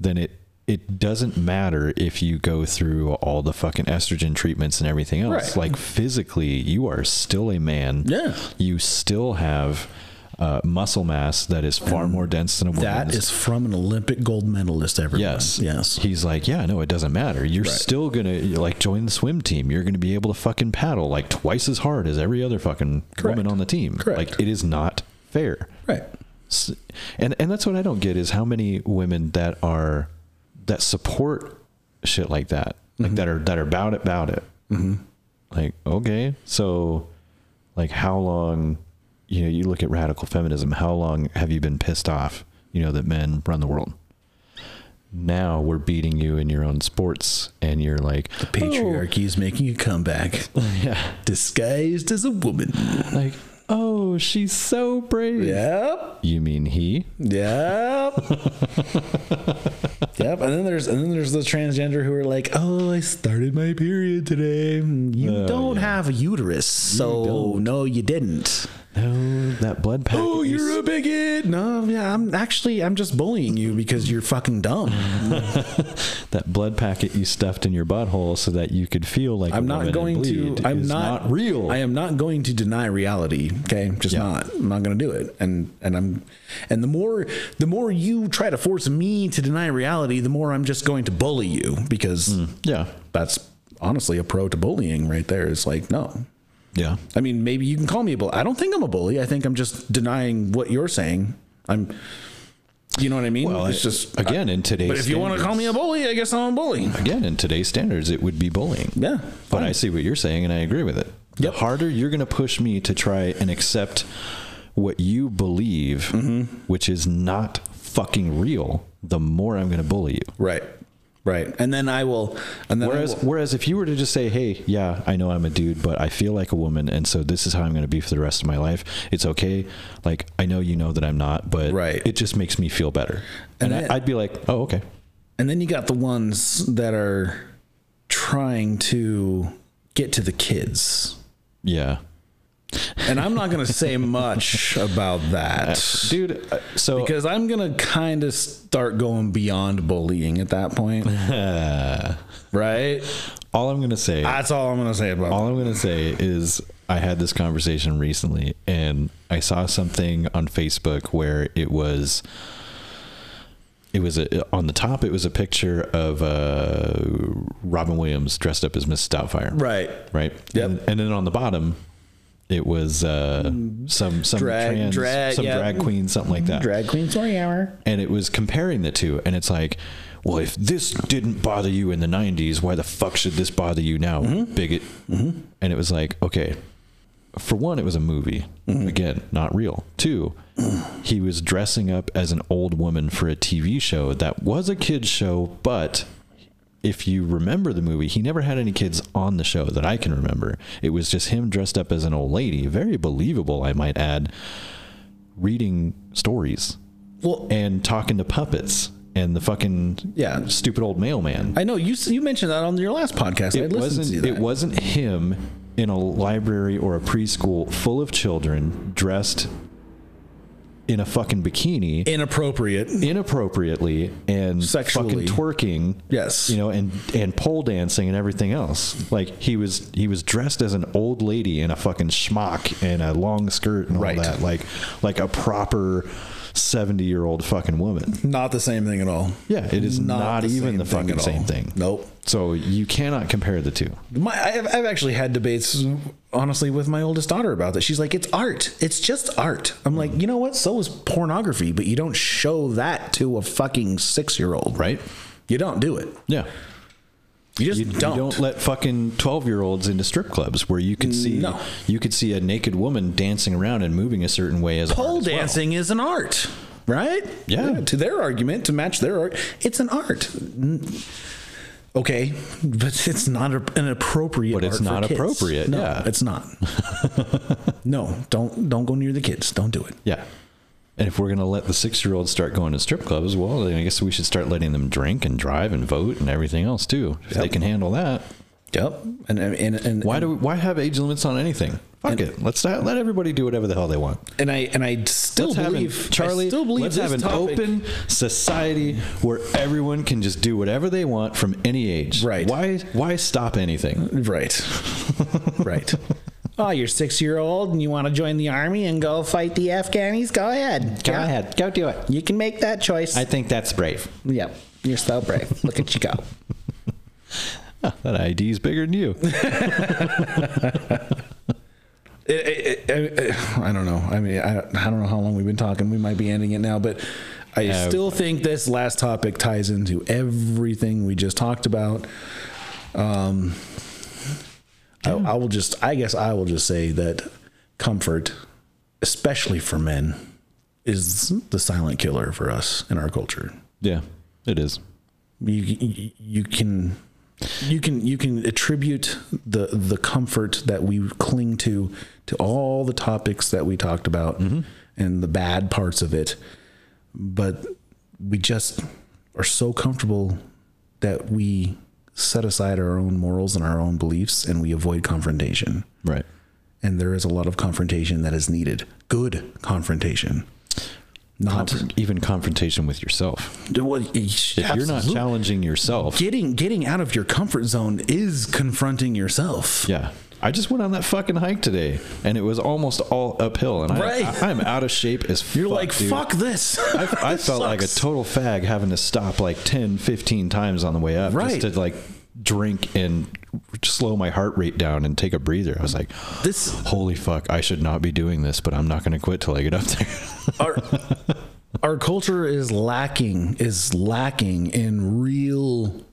Speaker 1: then it it doesn't matter if you go through all the fucking estrogen treatments and everything else.
Speaker 2: Right.
Speaker 1: Like physically, you are still a man.
Speaker 2: Yeah.
Speaker 1: you still have uh, muscle mass that is far more dense than a woman's.
Speaker 3: That is from an Olympic gold medalist, everyone.
Speaker 1: Yes.
Speaker 3: Yes.
Speaker 1: He's like, yeah, no, it doesn't matter. You're still gonna like join the swim team. You're gonna be able to fucking paddle like twice as hard as every other fucking woman on the team.
Speaker 2: Correct.
Speaker 1: Like it is not fair.
Speaker 2: Right.
Speaker 1: S- And and that's what I don't get is how many women that are that support shit like that,
Speaker 2: Mm-hmm.
Speaker 1: like that are that are about it, about it. Like okay, so like how long? You know, you look at radical feminism. How long have you been pissed off? You know that men run the world. Now we're beating you in your own sports, and you're like
Speaker 3: Patriarchy is making a comeback,
Speaker 1: "Oh," yeah,
Speaker 3: disguised as a woman.
Speaker 1: like oh, she's so brave.
Speaker 2: Yep.
Speaker 1: You mean he?
Speaker 2: Yep. yep. And then there's and then there's the transgender who are like, oh, I started my period today.
Speaker 3: You
Speaker 1: Oh,
Speaker 3: don't have a uterus, so no, you didn't.
Speaker 1: No, that blood pack.
Speaker 2: Oh, you're a bigot.
Speaker 3: No, yeah, I'm actually I'm just bullying you because you're fucking dumb.
Speaker 1: that blood packet you stuffed in your butthole so that you could feel like
Speaker 2: I'm
Speaker 1: a
Speaker 2: not
Speaker 1: woman
Speaker 2: going
Speaker 1: and
Speaker 2: to.
Speaker 1: bleed
Speaker 2: I'm
Speaker 1: is
Speaker 2: not,
Speaker 1: real.
Speaker 2: I am not going to deny reality. Okay, just
Speaker 1: Yeah.
Speaker 2: not. I'm not going to do it. And and I'm and the more the more you try to force me to deny reality, the more I'm just going to bully you because
Speaker 1: yeah,
Speaker 2: that's honestly a pro to bullying right there. It's like no.
Speaker 1: yeah,
Speaker 2: I mean, maybe you can call me a bully. I don't think I'm a bully. I think I'm just denying what you're saying. I'm. You know what I mean?
Speaker 1: Well,
Speaker 2: it's
Speaker 1: I-
Speaker 2: just.
Speaker 1: again in today's.
Speaker 2: but if you want to call me a
Speaker 1: standards-
Speaker 2: bully, I guess I'm a bully.
Speaker 1: again in today's standards, it would be bullying.
Speaker 2: Yeah.
Speaker 1: But I see what you're saying, and I agree with it. The harder you're going to push me to try and accept what you believe,
Speaker 2: Mm-hmm.
Speaker 1: which is not fucking real, the more I'm going to bully you.
Speaker 2: Right. Right. And then I will. And then I
Speaker 1: Whereas,
Speaker 2: will-
Speaker 1: whereas if you were to just say, "Hey, yeah, I know I'm a dude, but I feel like a woman, and so this is how I'm going to be for the rest of my life," it's okay. Like I know you know that I'm not, but
Speaker 2: Right.
Speaker 1: it just makes me feel better, and,
Speaker 2: And then-
Speaker 1: I, I'd be like, "Oh, okay,
Speaker 2: And then you got the ones that are trying to get to the kids.
Speaker 1: yeah,
Speaker 2: And I'm not going to say much about that.
Speaker 1: dude. uh, So
Speaker 2: Because I'm going to kind of start going beyond bullying at that point, right?
Speaker 1: uh, all I'm gonna say,
Speaker 2: That's all I'm going to say about
Speaker 1: all I'm gonna say is I had this conversation recently, and I saw something on Facebook where it was. It was a, on the top. It was a picture of uh, Robin Williams dressed up as Miss Doubtfire.
Speaker 2: Right.
Speaker 1: right?
Speaker 2: Yep.
Speaker 1: And, and then on the bottom, it was uh, some some
Speaker 2: Mm. Drag-
Speaker 1: trans,
Speaker 2: drag-
Speaker 1: some
Speaker 2: yeah. Mm,
Speaker 1: drag queen, something like that.
Speaker 2: Drag Queen Story Hour.
Speaker 1: And it was comparing the two, and it's like, well, if this didn't bother you in the '90s, why the fuck should this bother you now, bigot? And it was like, okay, for one, it was a movie. Again, not real. Two, he was dressing up as an old woman for a TV show that was a kids show, but if you remember the movie, he never had any kids on the show that I can remember. It was just him dressed up as an old lady, very believable, I might add, reading stories
Speaker 2: Well,
Speaker 1: and talking to puppets and the fucking
Speaker 2: Yeah.
Speaker 1: stupid old mailman.
Speaker 2: I know you s- you mentioned that on your last podcast. I
Speaker 1: it
Speaker 2: listened
Speaker 1: wasn't
Speaker 2: to that.
Speaker 1: it wasn't him in a library or a preschool full of children dressed in a fucking bikini
Speaker 2: inappropriate.
Speaker 1: inappropriately and
Speaker 2: Sexually.
Speaker 1: fucking twerking
Speaker 2: Yes.
Speaker 1: you know and and pole dancing and everything else like he was he was dressed as an old lady in a fucking schmuck and a long skirt and
Speaker 4: Right.
Speaker 1: all that like like a proper 70 year old fucking woman
Speaker 4: Not the same thing at all.
Speaker 1: yeah it is not, even the
Speaker 4: thing
Speaker 1: fucking
Speaker 4: at all.
Speaker 1: same thing
Speaker 4: Nope.
Speaker 1: so you cannot compare the two
Speaker 2: My, I've, I've actually had debates, honestly, with my oldest daughter about this. She's like, it's art. It's just art. I'm like, you know what? So is pornography, but you don't show that to a fucking six year old.
Speaker 1: right
Speaker 2: You don't do it.
Speaker 1: yeah
Speaker 2: You just
Speaker 1: you you
Speaker 2: don't.
Speaker 1: don't. let fucking 12 year olds into strip clubs where you could see
Speaker 2: No.
Speaker 1: you could see a naked woman dancing around and moving a certain way as art
Speaker 2: Pole
Speaker 1: as well.
Speaker 2: dancing is an art, right?
Speaker 1: Yeah.
Speaker 2: To their argument, to match their art, it's an art. Mm. Okay, but it's not a, an appropriate.
Speaker 1: But it's
Speaker 2: art for
Speaker 1: not
Speaker 2: kids.
Speaker 1: appropriate,
Speaker 2: No,
Speaker 1: yeah.
Speaker 2: it's not. no, don't don't go near the kids. Don't do it.
Speaker 1: Yeah. And if we're going to let the six year olds start going to strip clubs, well, then I guess we should start letting them drink and drive and vote and everything else too. If they can handle that,
Speaker 2: Yep. And and and
Speaker 1: why do we, why have age limits on anything? Fuck it. Let's not, let everybody do whatever the hell they want.
Speaker 2: and I and I still
Speaker 1: Let's have an-
Speaker 2: believe
Speaker 1: Charlie.
Speaker 2: I still believe
Speaker 1: let's
Speaker 2: this
Speaker 1: have an
Speaker 2: topic-
Speaker 1: open society where everyone can just do whatever they want from any age.
Speaker 2: Right.
Speaker 1: Why why stop anything?
Speaker 2: Right. right. Oh, you're six year old and you want to join the army and go fight the Afghanis? Go ahead.
Speaker 1: Go ahead. Go do it.
Speaker 2: You can make that choice.
Speaker 1: I think that's brave.
Speaker 2: Yep. You're so brave. Look at you go.
Speaker 1: Huh, that ID's bigger than you.
Speaker 2: I, I don't know. I mean, I, I don't know how long we've been talking. We might be ending it now, but I
Speaker 1: Uh,
Speaker 2: still think this last topic ties into everything we just talked about. Um, I, I will just, I guess I will just say that comfort, especially for men, is the silent killer for us in our culture.
Speaker 1: yeah, it is.
Speaker 2: you you- you can you can you can attribute the the comfort that we cling to to all the topics that we talked about
Speaker 1: Mm-hmm.
Speaker 2: and the bad parts of it but we just are so comfortable that we set aside our own morals and our own beliefs and we avoid confrontation
Speaker 1: Right.
Speaker 2: and there is a lot of confrontation that is needed good confrontation not
Speaker 1: Even confrontation with yourself.
Speaker 2: well,
Speaker 1: If you're not challenging yourself,
Speaker 2: getting getting out of your comfort zone is confronting yourself.
Speaker 1: yeah. I just went on that fucking hike today, and it was almost all uphill, and
Speaker 2: Right.
Speaker 1: I, I, am out of shape as fuck.
Speaker 2: You're like,
Speaker 1: dude.
Speaker 2: fuck this.
Speaker 1: I, I
Speaker 2: This
Speaker 1: felt like a
Speaker 2: sucks.
Speaker 1: total fag having to stop like 10, 15 times on the way up
Speaker 2: Right.
Speaker 1: just to like drink and slow my heart rate down and take a breather. I was like,
Speaker 2: this.
Speaker 1: holy fuck, I should not be doing this, but I'm not going to quit till I get up there.
Speaker 2: Our, our culture is lacking is lacking in real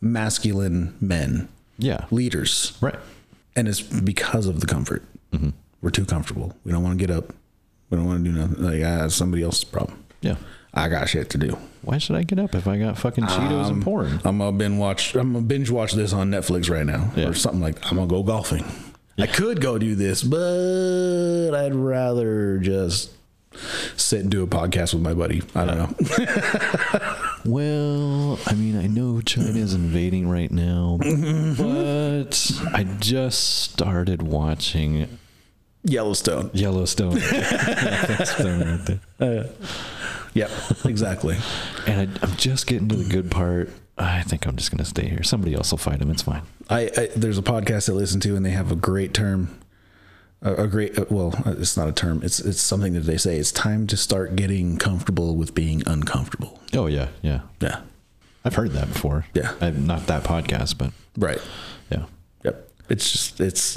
Speaker 2: masculine men
Speaker 1: yeah.
Speaker 2: leaders,
Speaker 1: Right. Mm-hmm.
Speaker 2: and it's because of the comfort. We're too comfortable. We don't want to get up. We don't want to do nothing. Like ah, it's somebody else's problem.
Speaker 1: Yeah.
Speaker 2: I got shit to do.
Speaker 1: Why should I get up if I got fucking Cheetos and porn?
Speaker 2: I'm gonna binge watch. I'm gonna binge watch this on Netflix right now,
Speaker 1: Yeah.
Speaker 2: or something like. I'm gonna go golfing. I could go do this, but I'd rather just sit and do a podcast with my buddy. I don't know.
Speaker 1: Well, I mean, I know China's invading right now, but I just started watching
Speaker 2: Yellowstone.
Speaker 1: Yellowstone. Yellowstone right there.
Speaker 2: Yep, exactly.
Speaker 1: And I, I'm just getting to the good part. I think I'm just going to stay here. Somebody else will find him. It's fine.
Speaker 2: I, I there's a podcast I listen to and they have a great term, a, a great uh, well, uh, it's not a term. It's it's something that they say. It's time to start getting comfortable with being uncomfortable.
Speaker 1: Oh, yeah. Yeah.
Speaker 2: Yeah,
Speaker 1: I've heard that before.
Speaker 2: Yeah.
Speaker 1: i not that podcast, but
Speaker 2: right.
Speaker 1: yeah.
Speaker 2: Yep. It's just it's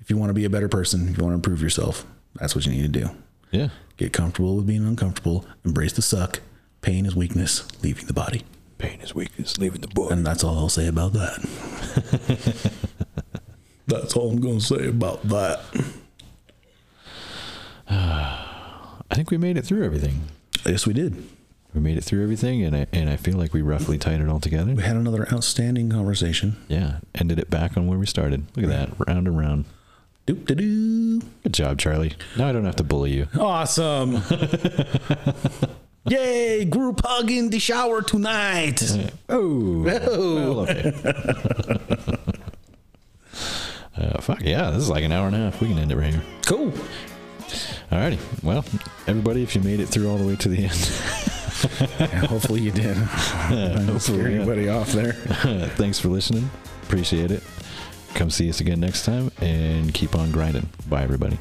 Speaker 2: if you want to be a better person, if you want to improve yourself, that's what you need to do.
Speaker 1: Yeah.
Speaker 2: Get comfortable with being uncomfortable. Embrace the suck. Pain is weakness, leaving the body.
Speaker 1: Pain is weakness, leaving the book.
Speaker 2: And that's all I'll say about that. that's all I'm gonna say about that.
Speaker 1: I think we made it through everything.
Speaker 2: Yes, we did.
Speaker 1: We made it through everything, and I, and I feel like we roughly tied it all together.
Speaker 2: We had another outstanding conversation.
Speaker 1: Yeah, ended it back on where we started. Look at that, round and round.
Speaker 2: Doop de doo.
Speaker 1: Good job, Charlie. Now I don't have to bully you.
Speaker 2: Awesome. Yay, group hug in the shower tonight.
Speaker 1: Oh,
Speaker 2: Oh.
Speaker 1: well, okay. uh, fuck yeah, this is like an hour and a half. We can end it right here.
Speaker 2: Cool.
Speaker 1: Alrighty. Well, everybody, if you made it through all the way to the end,
Speaker 2: hopefully you did.
Speaker 5: Don't scare
Speaker 1: hopefully, yeah.
Speaker 5: anybody off there.
Speaker 1: thanks for listening. Appreciate it. Come see us again next time and keep on grinding. Bye, everybody.